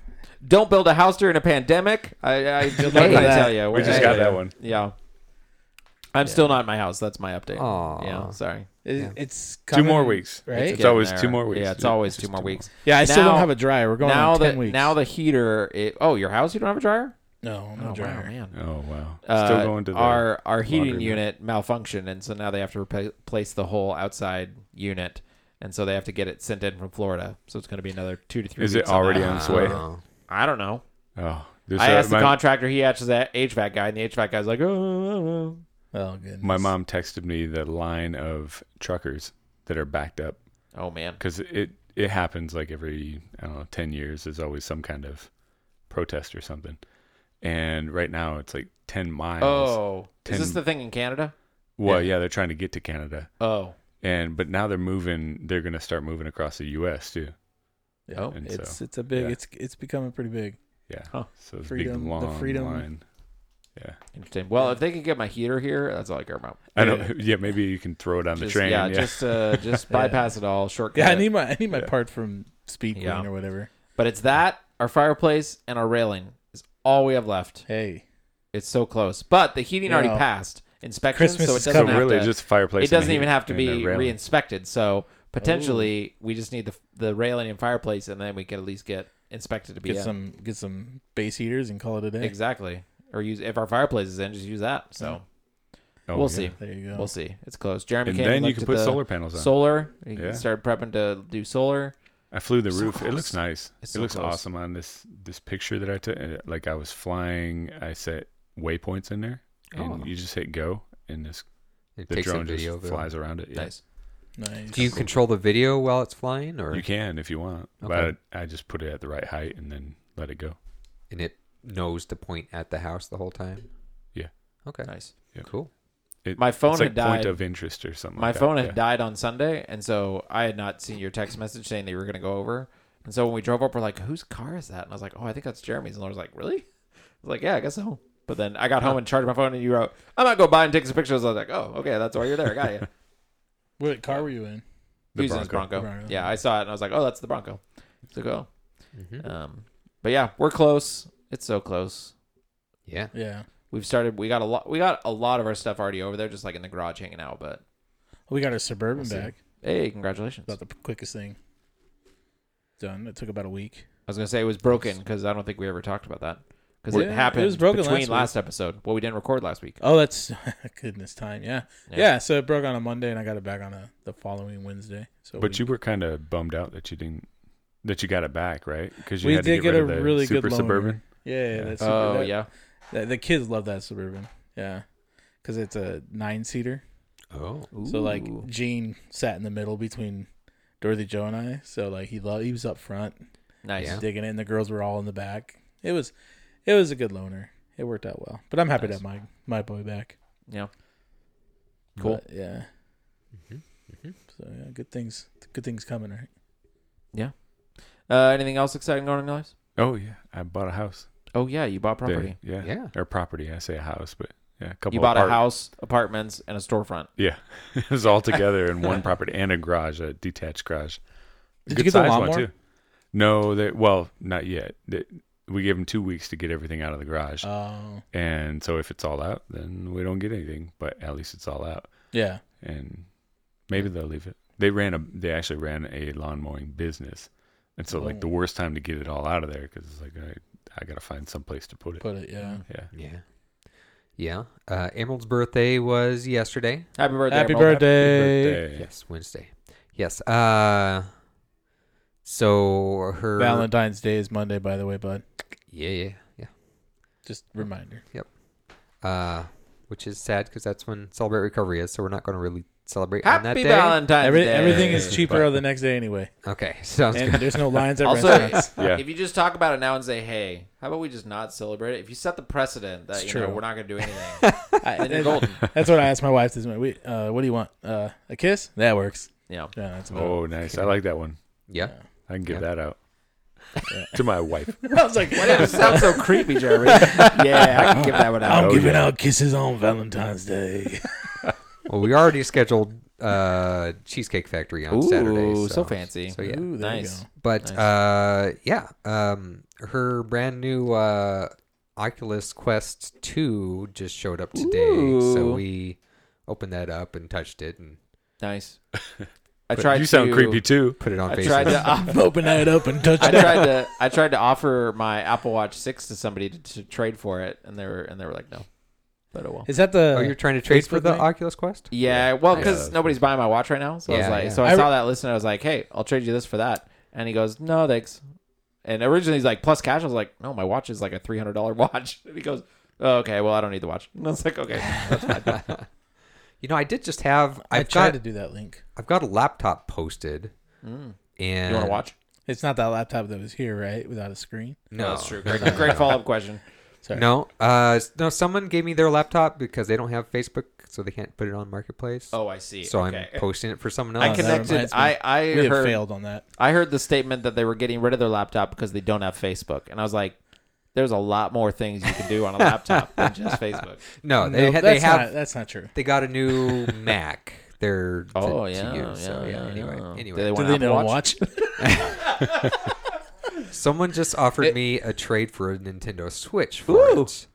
A: Don't build a house during a pandemic. I, I,
D: Good
A: what did
D: luck with
A: I
D: that.
A: tell you.
B: We
A: What did I
B: just got
A: tell
B: that
A: you?
B: one.
A: Yeah. I'm still not in my house. That's my update.
C: Aw.
A: Yeah, sorry.
D: It,
C: Yeah.
D: it's
B: Two
D: coming,
B: more weeks.
D: right
B: It's always
A: Getting
B: two
A: there.
B: more weeks.
A: Yeah, it's always
B: Just
A: two more weeks.
D: Yeah, I still
A: Now-
D: don't have a dryer. We're going
A: now
D: on
A: that
D: ten weeks.
A: now the heater. It, oh, your house? You don't have a dryer?
D: no,
A: oh,
D: no dryer.
A: Wow, man.
B: Oh wow.
A: Uh,
B: Still going to the
A: our our heating
B: laundromat.
A: unit malfunctioned, and so now they have to repla- replace the whole outside unit, and so they have to get it sent in from Florida. So it's going to be another two to three.
B: Is it
A: weeks on
B: already
A: that.
B: on its way?
C: Oh.
A: I don't know.
B: Oh, there's
A: I
B: a-
A: asked the
B: my-
A: contractor. He asked that HVAC guy, and the HVAC guy's like, "Oh, I don't know."
D: Oh, goodness.
B: My mom texted me the line of truckers that are backed up
A: oh man,
B: because it it happens like every I don't know ten years. There's always some kind of protest or something, and right now it's like ten miles.
A: oh, is
B: Ten-
A: this the thing in Canada?
B: well, yeah, they're trying to get to Canada,
A: Oh,
B: and but now they're moving. They're going to start moving across the U.S. too.
D: Yeah,
A: Oh,
B: and
D: it's
B: so,
D: it's a big.
B: yeah.
D: It's it's becoming pretty big.
B: Yeah,
A: Huh.
B: so it's
D: Freedom-
B: big
D: the
B: long
D: freedom-
B: line. Yeah,
A: interesting. Well, if they could get my heater here, that's all I care about.
B: I don't. Yeah, maybe you can throw it on
A: Just-
B: the train.
A: yeah,
B: Yeah,
A: just uh, just
D: Yeah.
A: bypass it all, shortcut.
D: Yeah, I
A: it.
D: need my I need my
B: Yeah.
D: part from Speed Queen
A: Yeah.
D: or whatever.
A: But it's that our fireplace and our railing is all we have left.
D: Hey,
A: It's so close. But the heating
D: You
A: already
D: know,
A: passed inspection,
D: Christmas
A: so it
D: is
A: doesn't
B: so
D: coming.
A: have
B: really,
A: to,
B: just fireplace.
A: it
B: and a
A: doesn't even
B: heat-
A: have to
B: and a
A: be
B: railing.
A: re-inspected. So potentially we just need the the railing and fireplace, and then we can at least get inspected to be
D: get
A: in.
D: some get some base heaters and call it a day.
A: exactly. Or use if our fireplace is in, just use that.
D: Mm,
A: So
B: Oh,
A: we'll
B: yeah.
A: see.
D: There you go.
A: We'll see. It's close. Jeremy
B: And
A: came
B: then you
A: looked
B: can
A: at
B: put
A: the
B: solar panels on.
A: solar. You
B: Yeah.
A: can start prepping to do solar.
B: I flew the
A: So
B: roof. It
A: close.
B: looks nice.
A: It's
B: it
A: so
B: looks
A: close.
B: awesome on this this picture that I took. Uh, Like I was flying, I set waypoints in there, and
A: Oh.
B: you just hit go, and this
C: It
B: the
C: takes a
B: drone
C: video.
B: just
C: of it.
B: flies around it. Yeah.
A: Nice.
D: Nice.
C: Do you control the video while it's flying, or
B: You can if you want,
C: Okay.
B: but I just put it at the right height and then let it go.
C: and it knows to point at the house the whole time?
B: Yeah.
C: Okay.
A: Nice.
B: Yeah.
C: Cool.
B: It-
A: My phone
B: it's
A: had
B: like point
A: died.
B: of interest or something.
A: my
B: like that.
A: phone had
B: Yeah.
A: died on Sunday, and so I had not seen your text message saying that you were going to go over. And so when we drove up, we're like, "Whose car is that?" And I was like, "Oh, I think that's Jeremy's." And I was like, "Really?" I was like, "Yeah, I guess so." But then I got home and charged my phone, and you wrote, "I'm not going by and take some pictures." I was like, "Oh, okay, that's why you're there. I got you."
D: What car were you in?
A: He
B: The
A: was in his
B: Bronco.
A: Bronco.
D: Bronco.
A: Yeah, I saw it, and I was like, "Oh, that's the Bronco." So go.
C: hmm
A: Um, but yeah, we're close. It's so close.
C: yeah.
D: Yeah,
A: We've started. We got a lot. We got a lot of our stuff already over there, just like in the garage hanging out. But
D: we got our suburban
A: We'll see.
D: back.
A: Hey, congratulations!
D: About the quickest thing done. It took about a week.
A: I was gonna say it was broken because I don't think we ever talked about that because
D: Well,
A: it
D: yeah, it
A: happened
D: was broken
A: between
D: last
A: last,
D: week.
A: episode. Well, we didn't record last week.
D: Oh, that's goodness time. Yeah.
A: Yeah.
D: yeah, So it broke on a Monday, and I got it back on a, the following Wednesday. So
B: But
D: we,
B: you were kind of bummed out that you didn't that you got it back, right? Because you
D: we
B: had
D: did
B: to
D: get,
B: rid
D: a
B: of the
D: really
B: super
D: good loaner.
B: suburban.
D: Yeah,
B: Yeah.
D: yeah. That's
A: Oh
D: that-
A: yeah,
D: that- the kids love that suburban. Yeah, because it's a nine seater.
C: Oh.
D: So like
A: Ooh.
D: Gene sat in the middle between Dorothy Joe and I. So like he loved he was up front
A: nice.
C: Yeah.
D: digging it, and the girls were all in the back. It was it was a good loaner. It worked out well. But I'm happy to
A: Nice.
D: have my my boy back.
A: Yeah. Cool.
D: But, yeah.
A: Mm-hmm.
C: Mhm, mhm.
D: So yeah, good things good things coming, right?
A: Uh, anything else exciting going on in your lives?
B: Oh yeah, I bought a house.
A: Oh yeah, you bought
B: there.
A: property.
B: Yeah.
C: Yeah.
B: Or property. I say a house, but yeah, a couple.
A: You bought a
B: apart-
A: house, apartments, and a storefront.
B: Yeah, it was all together in one property and a garage, a detached garage. A
D: Did you
B: good
D: get the
B: sized one,
D: lawnmower?
B: too. No, they, well, not yet. They- we gave them two weeks to get everything out of the garage,
D: Oh.
B: and so if it's all out, then we don't get anything. But at least it's all out,
D: Yeah.
B: and maybe they'll leave it. They ran a, they actually ran a lawn mowing business, and so like
D: Oh.
B: the worst time to get it all out of there because it's like I, I gotta find some place to put it.
D: Put it, yeah.
B: yeah,
C: Yeah. Yeah. Uh, Emerald's birthday was yesterday.
A: Happy birthday!
D: Happy
A: Emerald.
D: birthday.
B: Birthday.
C: Yes, Wednesday. Yes. Uh, so her
D: Valentine's Day is Monday, by the way, bud.
C: Yeah, yeah, yeah.
D: Just reminder.
C: Uh, which is sad because that's when Celebrate Recovery is. So we're not going to really celebrate on that
A: Happy
C: day.
A: Valentine's
D: Every,
A: Day.
D: everything is
B: But-
D: cheaper the next day anyway.
C: Okay, sounds
D: And
C: good.
D: there's no lines at
A: Also-
D: restaurants.
B: Yeah.
A: If you just talk about it now and say, "Hey, how about we just not celebrate it?" If you set the precedent that
D: It's
A: you know
D: true.
A: we're not going to do anything,
D: I-
A: then you're
D: that-
A: golden.
D: that's what I asked my wife this morning. We, uh, what do you want? Uh, a kiss? That works.
A: Yeah.
D: Yeah, that's about
B: Oh, nice. I like that one.
C: Yeah.
B: I can give
C: Yeah.
B: that out
D: Yeah.
B: to my wife.
D: it. I was like,
A: Why did it sound so creepy, Jeremy? yeah, I can give that one out.
D: I'm
B: Oh,
D: giving
B: yeah.
D: out kisses on Valentine's Day.
C: Well, we already scheduled uh, Cheesecake Factory on Saturday.
A: Ooh, so,
C: So,
A: fancy.
C: So yeah,
D: Ooh, there you
A: nice.
D: go.
C: but
A: nice.
C: uh, yeah, um, her brand new uh, Oculus Quest Two just showed up today. So
A: Ooh.
C: we opened that up and touched it and
A: Nice. I tried.
B: you sound
A: to,
B: creepy too.
C: put it on
A: I
C: Facebook.
A: tried to.
D: I'm opening it up and touch
A: I
D: it.
A: tried to. I tried to offer my Apple Watch Six to somebody to, to trade for it, and they were and they were like, no. But oh well.
D: Is that the?
C: oh, you're trying to trade for
D: Facebook
C: the
D: thing?
C: Oculus Quest?
A: Yeah, well,
B: Yeah,
A: because
B: that's
A: nobody's buying my watch right now, so I was
C: Yeah,
A: like,
C: yeah.
A: so I,
D: I
A: saw that list and I was like, hey, I'll trade you this for that, and he goes, no, thanks. And originally he's like plus cash. I was like, no, my watch is like a three hundred dollar watch. And he goes, oh, okay, well I don't need the watch. And I was like, okay,
C: You know, I did just have.
D: I
C: I've
D: tried
C: got.
D: to do that link.
C: I've got a laptop posted.
A: Mm.
C: And
A: you want to watch?
D: It's not that laptop that was here, right? Without a screen.
C: No,
A: Oh, that's true. Great, great follow up question.
D: Sorry.
C: No, uh, s- no. Someone gave me their laptop because they don't have Facebook, so they can't put it on Marketplace.
A: Oh, I see.
C: so
A: okay.
C: I'm posting it for someone
A: I
C: else.
D: that
A: connected.
D: reminds me.
A: I I
D: we have
A: heard
D: failed on that.
A: I heard the statement that they were getting rid of their laptop because they don't have Facebook, and I was like, there's a lot more things you can do on a laptop than just Facebook.
C: no, they
D: No,
C: ha- they
D: that's
C: have
D: not, that's not true.
C: they got a new Mac. They're to-
A: Oh
C: to
A: yeah, yeah,
C: use, so,
A: yeah,
C: Anyway,
A: yeah. Do
C: anyway,
A: they
D: Do
A: want
D: they
A: Apple
D: know
A: watch?
D: watch?
C: someone just offered
A: It-
C: me a trade for a Nintendo Switch for
A: Ooh.
C: it.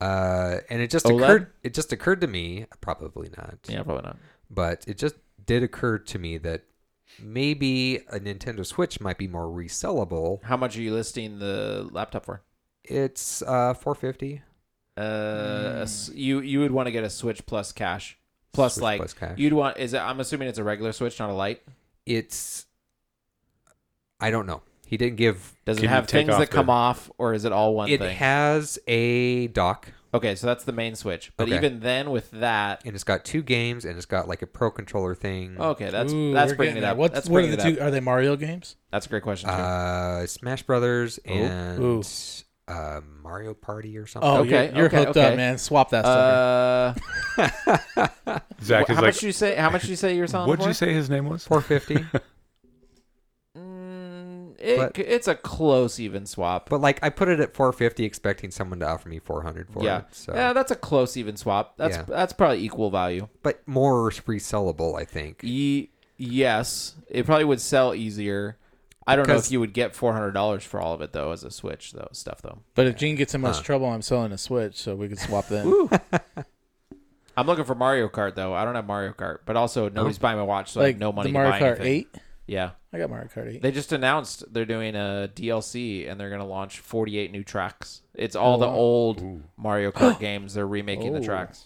C: Uh, and it just
A: OLED?
C: occurred. It just occurred to me, probably not,
A: Yeah, probably not.
C: but it just did occur to me that maybe a Nintendo Switch might be more resellable.
A: How much are you listing the laptop for?
C: It's uh, four fifty
A: Uh, a s-
D: Mm.
A: you you would want to get a Switch plus cash, plus like you'd want is it, I'm assuming it's a regular Switch, not a light.
C: it's I don't know. He didn't give
A: Does it
B: Can you
A: have
B: take
A: things
B: off
A: that
B: the-
A: come off, or is it all one
C: it
A: thing?
C: has a dock
A: okay, so that's the main Switch. But
C: Okay.
A: even then, with that,
C: and it's got two games and it's got like a pro controller thing.
A: okay, that's
D: Mm. Ooh,
A: that's
D: we're
A: bringing
D: getting
A: it
D: there.
A: up.
D: What,
A: that's
D: what are
A: bringing
D: the
A: it
D: two?
A: up.
D: Are they Mario games?
A: That's a great question. too.
C: Uh Smash Brothers
A: Oh,
C: and
D: Ooh.
C: uh Mario Party or something.
D: Oh,
A: Okay,
D: you're, you're
A: okay,
D: hooked
A: okay.
D: up, man. Swap that sucker.
A: Uh,
B: Zach
A: wh-
B: is
A: how
B: like,
A: much you say? How much you say you're selling?
B: what did
A: for?
B: you say his name was?
C: Four fifty.
A: Mm, it,
C: But-
A: c- it's a close even swap.
C: but like I put it at four fifty expecting someone to offer me four hundred for
A: yeah,
C: it. So
A: yeah, that's a close even swap. That's
C: Yeah.
A: that's probably equal value.
C: but more resellable, I think.
A: Ye- yes, it probably would sell easier. I don't know if
C: Because-
A: you would get four hundred dollars for all of it though, as a Switch though stuff though.
D: But if Gene gets in much
C: Huh.
D: trouble, I'm selling a Switch, so we can swap that.
A: I'm looking for Mario Kart though. I don't have Mario Kart, but also nobody's buying my watch, so I
D: Oh. like
A: have no money
D: the Mario
A: to buy
D: Kart
A: anything.
D: Eight.
A: Yeah,
D: I got Mario Kart Eight.
A: they just announced they're doing a DLC and they're going to launch 48 new tracks. It's all
D: Oh,
A: the
D: wow.
A: old Mario Kart games. They're remaking
C: Oh.
A: the tracks.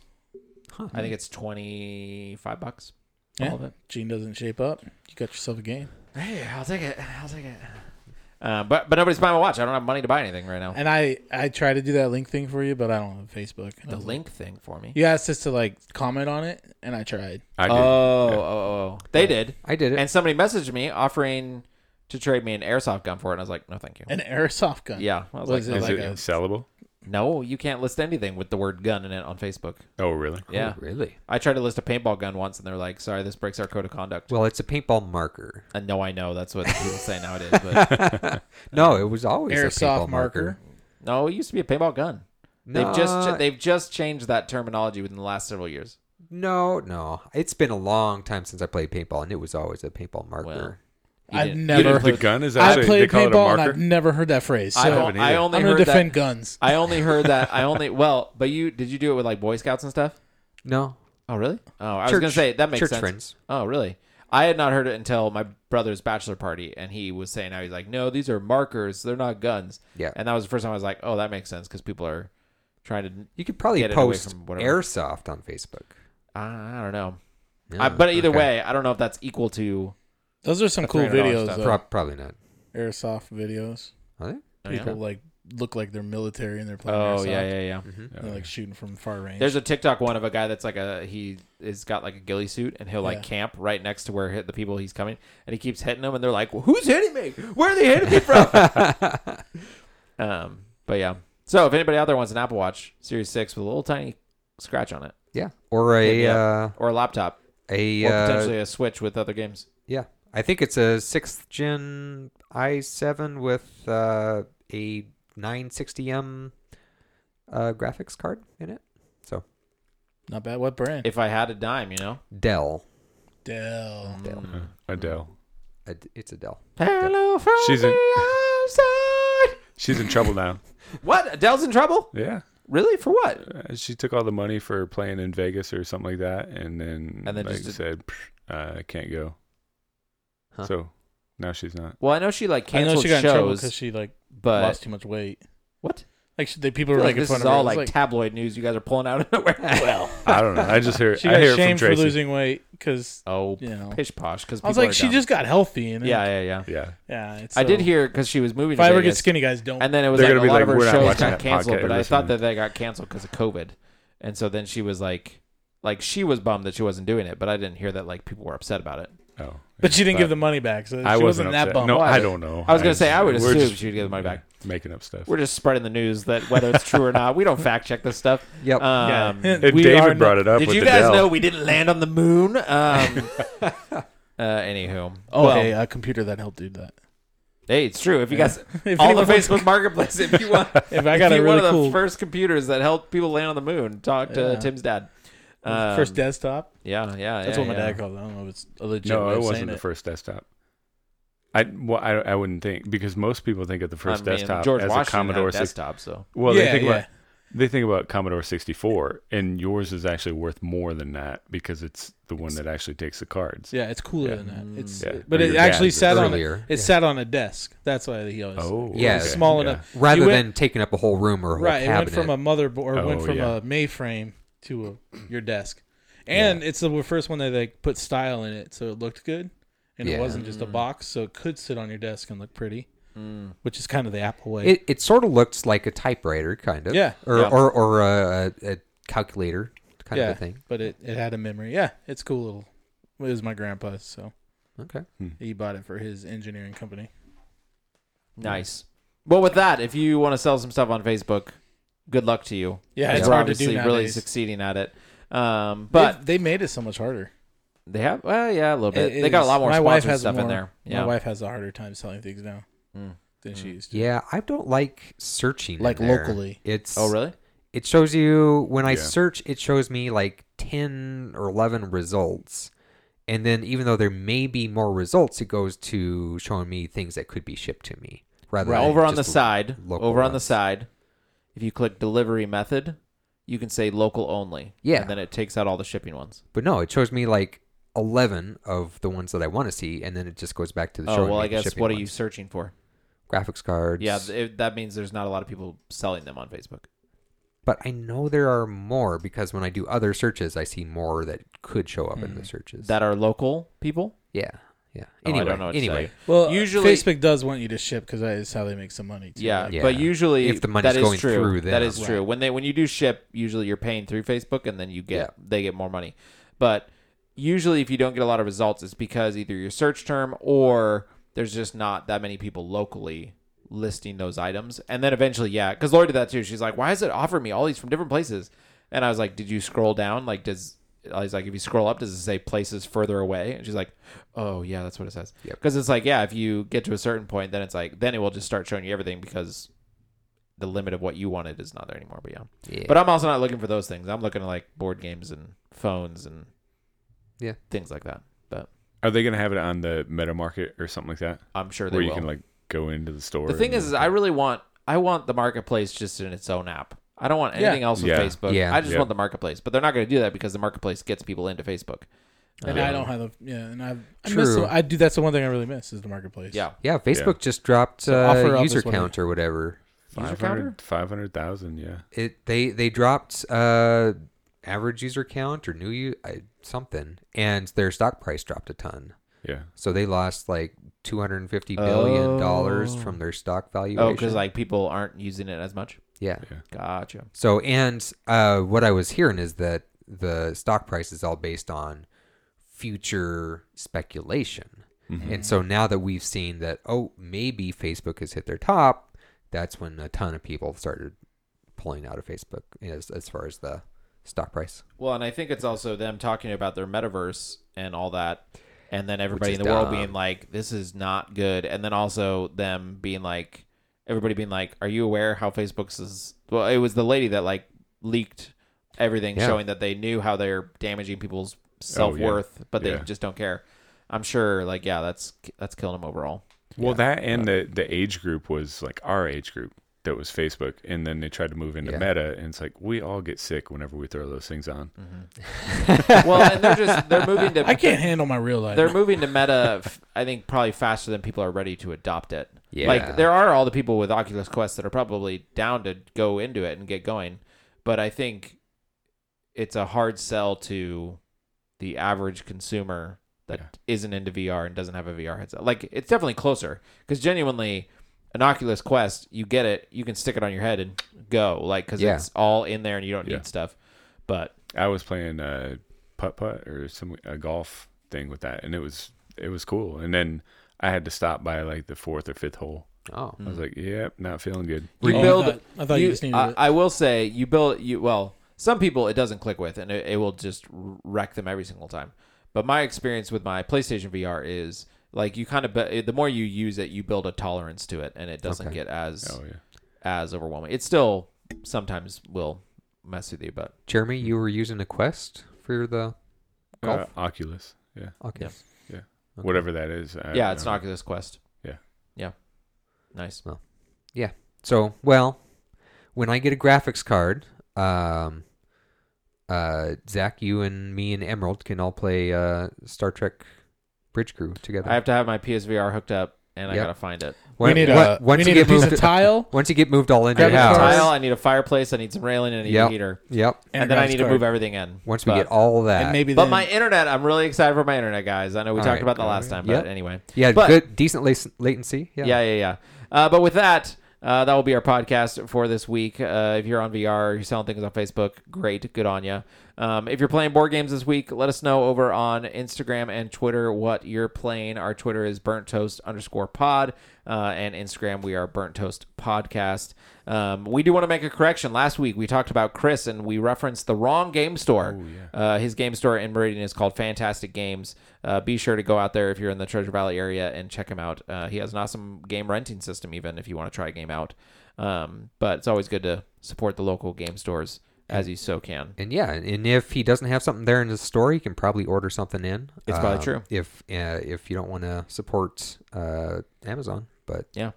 C: Huh.
A: I think it's 25 bucks.
D: yeah.
A: All of it.
D: Gene doesn't shape up. You got yourself a game.
A: Hey, I'll take it. I'll take it. Uh, but but nobody's buying my watch. I don't have money to buy anything right now.
D: And I I tried to do that link thing for you, but I don't have Facebook. And I
A: The
D: was like-
A: link thing for me.
D: You asked us to like comment on it, and I tried.
B: I
A: Oh,
B: did.
A: oh, oh, oh. They did.
C: I did it.
A: And somebody messaged me offering to trade me an airsoft gun for it. And I was like, no, thank you.
D: An airsoft gun.
A: yeah. I was like,
D: Was it
A: no,
B: Is
A: thank
D: like
B: it
A: you.
D: a-
B: sellable?
A: no, you can't list anything with the word gun in it on Facebook.
B: Oh, really?
A: Yeah.
C: Oh, really?
A: I tried to list a paintball gun once, and they're like, "Sorry, this breaks our code of conduct."
C: Well, it's a paintball marker.
A: And no, I know that's what people say nowadays, but
C: No, it was always a
D: Airsoft
C: paintball marker.
D: marker.
A: no, it used to be a paintball gun.
C: No,
A: They've just they've just changed that terminology within the last several years.
C: no, no. It's been a long time since I played paintball, and it was always a paintball marker.
A: You
D: I've
A: didn't-
D: never
B: The
D: heard.
B: gun is
D: I
B: actually they
D: played
B: call it a
D: paintball, and I've
B: marker.
D: never heard that phrase. So
A: I,
D: I
A: don't-
B: haven't
A: I
B: either.
A: only
D: am gonna
A: heard
D: defend
A: that.
D: guns.
A: I only heard that. I only well, but you did you do it with like Boy Scouts and stuff?
C: No,
A: Oh, really? Oh, I was
C: Church-
A: gonna say that makes
C: church
A: sense.
C: friends.
A: Oh, really? I had not heard it until my brother's bachelor party, and he was saying how he's like, "No, these are markers. They're not guns."
C: Yeah.
A: And that was the first time I was like, "Oh, that makes sense," because people are trying to
C: You could probably
A: Get it away
C: post
A: from whatever.
C: airsoft on Facebook.
A: I I don't know.
C: No,
A: I, but either
C: okay.
A: way, I don't know if that's equal to.
D: Those are some cool
A: $300
D: videos,
A: stuff.
D: though.
C: Pro- probably not.
D: airsoft videos.
C: Are they?
A: Oh, yeah.
D: People like look like they're military and they're playing.
A: Oh
D: airsoft.
A: yeah, yeah, yeah.
D: And They're like shooting from far range.
A: There's a TikTok one of a guy that's like a he is got like a ghillie suit and he'll like
D: Yeah.
A: camp right next to where hit the people he's coming and he keeps hitting them and they're like, well, who's hitting me? Where are they hitting me from? um, but yeah. So if anybody out there wants an Apple Watch Series Six with a little tiny scratch on it
C: Yeah, or a
A: Hit me
C: uh,
A: or a laptop
C: a
A: or
C: uh,
A: potentially a Switch with other games,
C: yeah. I think it's a sixth gen i7 with uh, a 960m uh, graphics card in it. So
D: Not bad. What brand?
A: if I had a dime, you know.
C: Dell,
D: Dell.
B: Mm-hmm.
C: Dell,
B: Uh, Adele.
C: A d- it's a Dell.
A: Hello from
B: She's in-
A: the outside.
B: She's in trouble now.
A: What? Adele's in trouble?
B: Yeah.
A: Really? For what?
B: Uh, she took all the money for playing in Vegas or something like that, and then,
A: And then
B: like
A: just
B: said, "Psh, uh, can't go.
C: Huh.
B: So now she's not.
A: Well, I know she like
D: I know
A: canceled
D: she got in trouble
A: shows,
D: because she like
A: but
D: lost too much weight.
A: what?
D: Like she, they,
A: I
D: people
A: feel
D: were
A: like
D: making
A: this
D: fun
A: is
D: of her.
A: all
D: It was
A: like, tabloid news you guys are pulling out of nowhere.
D: well,
B: I don't know. I just hear.
D: she
B: I
D: got
B: hear it from
D: shamed for
B: Tracy.
D: losing weight because
A: oh,
D: you know.
A: pish posh. Because
D: I was like, she just got healthy, and then-
A: Yeah, yeah, yeah.
B: Yeah.
D: yeah. It's,
A: I did
D: so-
A: hear because she was moving.
D: If
A: To
D: I ever get
A: Vegas,
D: skinny, guys, don't.
A: and then it was
B: They're
A: like a
B: gonna be
A: lot
B: like,
A: of her
B: "We're not
A: shows
B: watching
A: got
B: that
A: canceled, but
B: podcast or
A: I thought
B: listening."
A: that they got canceled because of COVID, and so then she was like, like she was bummed that she wasn't doing it, but I didn't hear that like people were upset about it.
B: Oh.
D: but she didn't
B: But
D: give the money back, so
B: I
D: she
B: wasn't,
D: wasn't, that
B: upset.
D: bummed.
B: No,
A: Was
B: I
A: it?
B: don't know.
A: I was gonna say, I would
B: we're
A: assume she would get the money
B: yeah,
A: back.
B: Making up stuff.
A: We're just spreading the news that whether it's true or not, we don't fact check this stuff.
C: Yep.
A: Um,
D: Yeah.
B: If
D: We are
B: David brought
D: not-
B: it up.
A: Did
B: with
A: you guys
B: Adele,
A: know we didn't land on the moon? Um, uh, anywho,
D: Oh,
A: Well,
D: hey, a computer that helped do that.
A: Hey, it's true. If you guys
D: If
A: all the
D: anyone wants-
A: Facebook Marketplace, if you want,
D: If I
A: if
D: got a
A: you
D: really
A: one of the
D: cool
A: first computers that helped people land on the moon, talk to
D: Yeah.
A: Tim's dad. Um,
D: first desktop,
A: Yeah, yeah. yeah,
D: that's what my
A: yeah.
D: dad called. It. I don't know if it's a legit.
B: No,
D: way
B: it
D: of saying
B: wasn't the
D: it.
B: first desktop. I well, I, I wouldn't think because most people think of the first
A: I mean,
B: desktop
A: George
B: as
A: Washington
B: a Commodore
A: had a
B: 64.
A: desktop. So
B: Well,
D: yeah,
B: they think
D: yeah.
B: about they think about Commodore 64, and yours is actually worth more than that because it's the one that actually takes the cards.
D: yeah, it's cooler
B: Yeah.
D: than that. It's
B: Yeah.
D: but
B: Or
D: it
B: your
D: actually
B: dad's
D: sat on it
C: earlier. Yeah.
D: sat on a desk. That's why he always
B: Oh,
C: Yeah,
B: okay.
D: small
B: Yeah.
D: enough.
C: Rather
D: You went-
C: than taking up a whole room or a whole
D: right, it went
C: cabinet.
D: from a motherboard, it went
B: Oh,
D: from
B: yeah.
D: a Mayframe to a, your desk, and it's the first one that they put style in it, so it looked good, and
C: Yeah.
D: it wasn't just a box, so it could sit on your desk and look pretty,
A: Mm,
D: which is kind of the Apple way.
C: it, it sort of looks like a typewriter, kind of.
D: Yeah.
C: Or
A: Yeah.
C: or, or a, a, a calculator kind
D: yeah,
C: of a thing.
D: but it, it had a memory. Yeah, it's cool little. It was my grandpa's, so
C: Okay.
D: he bought it for his engineering company.
A: nice. Well, with that, if you want to sell some stuff on Facebook, good luck to you.
D: Yeah,
A: You're
D: it's hard to
A: obviously
D: do nowadays.
A: really succeeding at it. Um, but
D: They've- they, made it so much harder.
A: They have, well, yeah, a little bit.
D: It
A: they got a
D: is-
A: lot more
D: my
A: sponsored
D: wife has
A: stuff in
D: more-
A: there. Yeah,
D: My wife has a harder time selling things now
A: Mm.
D: than she used to.
C: Yeah, I don't like searching. in
D: Like
C: there.
D: locally.
C: It's
A: Oh, really?
C: It shows you when I
B: Yeah.
C: search, it shows me like ten or eleven results, and then even though there may be more results, it goes to showing me things that could be shipped to me rather
A: Right.
C: than
A: Over on the
C: just
A: side,
C: local
A: over on the
C: ones.
A: side, if you click delivery method, you can say local only.
C: Yeah.
A: And then it takes out all the shipping ones.
C: But no, it shows me like 11 of the ones that I want to see, and then it just goes back to the show.
A: Oh
C: and
A: well,
C: me
A: I
C: the
A: guess
C: shipping
A: what are
C: ones.
A: you searching for?
C: Graphics cards.
A: Yeah, th- it, that means there's not a lot of people selling them on Facebook.
C: but I know there are more because when I do other searches, I see more that could show up in the searches.
A: Hmm. That are local people.
C: yeah, yeah.
A: Oh,
C: Anyway,
A: I don't know what to
C: anyway,
A: say.
D: Well,
A: Usually-
D: usually Facebook does want you to ship because that is how they make some money. Too.
A: Yeah,
D: Like,
C: Yeah.
A: but usually
C: If the money's
A: that is
C: going
A: true.
C: through
A: That
C: them.
A: is true. When they when you do ship, usually you're paying through Facebook, and then you get
C: Yeah.
A: they get more money. But usually, if you don't get a lot of results, it's because either your search term or there's just not that many people locally listing those items. And then eventually, yeah, because Lori did that too. She's like, "Why is it offering me all these from different places?" And I was like, "Did you scroll down? Like, does?" I was like, if you scroll up, does it say places further away? And she's like, oh, yeah, that's what it says.
C: Yep.
A: Because it's like, yeah, if you get to a certain point, then it's like, then it will just start showing you everything because the limit of what you wanted is not there anymore. But yeah.
C: yeah.
A: But uh, I'm also not looking for those things. I'm looking at like board games and phones and
C: Yeah.
A: things like that. But
B: Are they going to have it on the meta market or something like that,
A: I'm sure they
B: where you
A: will.
B: can like go into the store?
A: the thing
B: and-
A: is, is I really want I want the marketplace just in its own app. I don't want
D: Yeah.
A: anything else with
B: Yeah.
A: Facebook.
C: Yeah.
A: I just
B: Yeah.
A: want the marketplace. But they're not going to do that because the marketplace gets people into Facebook.
D: And
A: Um,
D: I don't have a yeah, and I've, I
C: True.
D: miss. the- I do. That's the one thing I really miss is the marketplace.
A: Yeah.
C: yeah, Facebook just dropped
D: So offer
C: uh,
D: up
C: user
D: is what I-
C: count or whatever.
A: User counter?
B: 500 500,000, yeah.
C: It they they dropped uh, average user count or new u- uh, something, and their stock price dropped a ton.
B: Yeah.
C: So they lost like two hundred and fifty billion dollars
A: Oh.
C: from their stock valuation.
A: Oh, because like people aren't using it as much.
C: yeah.
A: Gotcha.
C: So, and uh, what I was hearing is that the stock price is all based on future speculation.
B: Mm-hmm.
C: And so
A: Mm-hmm.
C: now that we've seen that, oh, maybe Facebook has hit their top, that's when a ton of people started pulling out of Facebook as, as far as the stock price.
A: Well, and I think it's also them talking about their metaverse and all that, and then everybody
C: is
A: in the world
C: dumb.
A: being like, "This is not good," and then also them being like, everybody being like, "Are you aware how Facebook's is?" Well, it was the lady that like leaked everything,
C: Yeah. Oh,
A: showing that they knew how they're damaging people's self worth, but they
B: Yeah.
A: just don't care. I'm sure, like, yeah, that's that's killing them overall.
B: Well, that and the the age group was like our age group that was Facebook, and then they tried to move into
C: Yeah.
B: Meta, and it's like we all get sick whenever we throw those things on.
C: Mm-hmm.
A: well, and they're just they're moving to
D: I can't handle my real life. Oh
A: they're moving to meta f- i think probably faster than people are ready to adopt it
C: Yeah.
A: like there are all the people with oculus quest that are probably down to go into it and get going but i think it's a hard sell to the average consumer that
B: Yeah.
A: not into vr and doesn't have a vr headset like it's definitely closer because genuinely an oculus quest you get it you can stick it on your head and go like because
C: Yeah.
A: it's all in there and you don't
B: Yeah.
A: need stuff but
B: I was playing uh, putt putt or some a golf thing with that, and it was it was cool. And then I had to stop by like the fourth or fifth hole.
C: Oh,
A: mm.
B: I was like, "Yep, not feeling good."
A: you
D: Oh, I
A: build.
D: thought- I thought you just needed
A: I,
D: it.
A: I will say you build. You well, some people it doesn't click with, and it, it will just wreck them every single time. But my experience with my PlayStation VR is like you kind of bu- the more you use it, you build a tolerance to it, and it doesn't
C: Okay.
A: get as
B: Oh yeah,
A: as overwhelming. It still sometimes will mess with you, but
C: Jeremy, you were using a Quest for the
B: Uh,
C: golf?
B: Oculus, yeah,
C: okay.
A: yeah.
C: Okay.
B: whatever that is. I
A: yeah,
B: don't
A: it's
B: know.
A: an Oculus Quest.
B: Yeah.
A: yeah, nice.
C: So, well, when I get a graphics card, um, uh, Zach, you and me and Emerald can all play uh, Star Trek Bridge Crew together.
A: I have to have my PSVR hooked up, and I
C: Yep.
A: gotta find it.
D: we
C: When-
D: need
C: when-
D: a, we need a piece of tile
C: once you get moved all into
A: I
C: your
A: need a
D: Graphics
C: house.
D: card.
A: tile. I need a fireplace. I need some railing. and I need
C: Yep.
A: a heater,
C: Yep.
A: and,
D: and,
A: then
D: a
A: I need to
D: graphics
A: move
D: card.
A: everything in.
C: Once we
A: But-
C: get all that,
D: And maybe
A: But
D: then,
A: my internet, I'm really excited for my internet, guys. I know we
C: All
A: talked
C: right,
A: about that
C: all
A: last
C: right.
A: time,
C: Yep.
A: but anyway.
C: yeah,
A: but-
C: good, decent lac- latency. Yeah.
A: Yeah, yeah, yeah. Uh, but with that, uh, that will be our podcast for this week. Uh, if you're on VR, you're selling things on Facebook, great, good on you. Um, if you're playing board games this week, let us know over on Instagram and Twitter what you're playing. Our Twitter is burnt toast underscore pod, uh, and Instagram we are burnt toast podcast. Um, we do want to make a correction. Last week we talked about Chris and we referenced the wrong game store. uh, his game store in Meridian is called Fantastic Games. Uh, be sure to go out there if you're in the Treasure Valley area and check him out. Uh, he has an awesome game renting system, even if you want to try a game out. Um, but it's always good to support the local game stores as you so can.
C: And yeah, and if he doesn't have something there in his store, he can probably order something in. Um,
A: It's probably true.
C: If uh, if you don't want to support uh, Amazon, but
A: Yeah.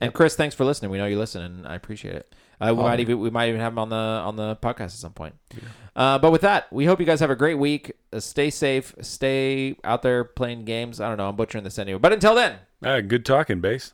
A: And Chris, thanks for listening. We know you listen, and I appreciate it. Uh, we might even we might even have him on the on the podcast at some point. Uh, but with that, we hope you guys have a great week. Uh, stay safe. Stay out there playing games. I don't know. I'm butchering this anyway. But until then,
B: Uh, good talking, base.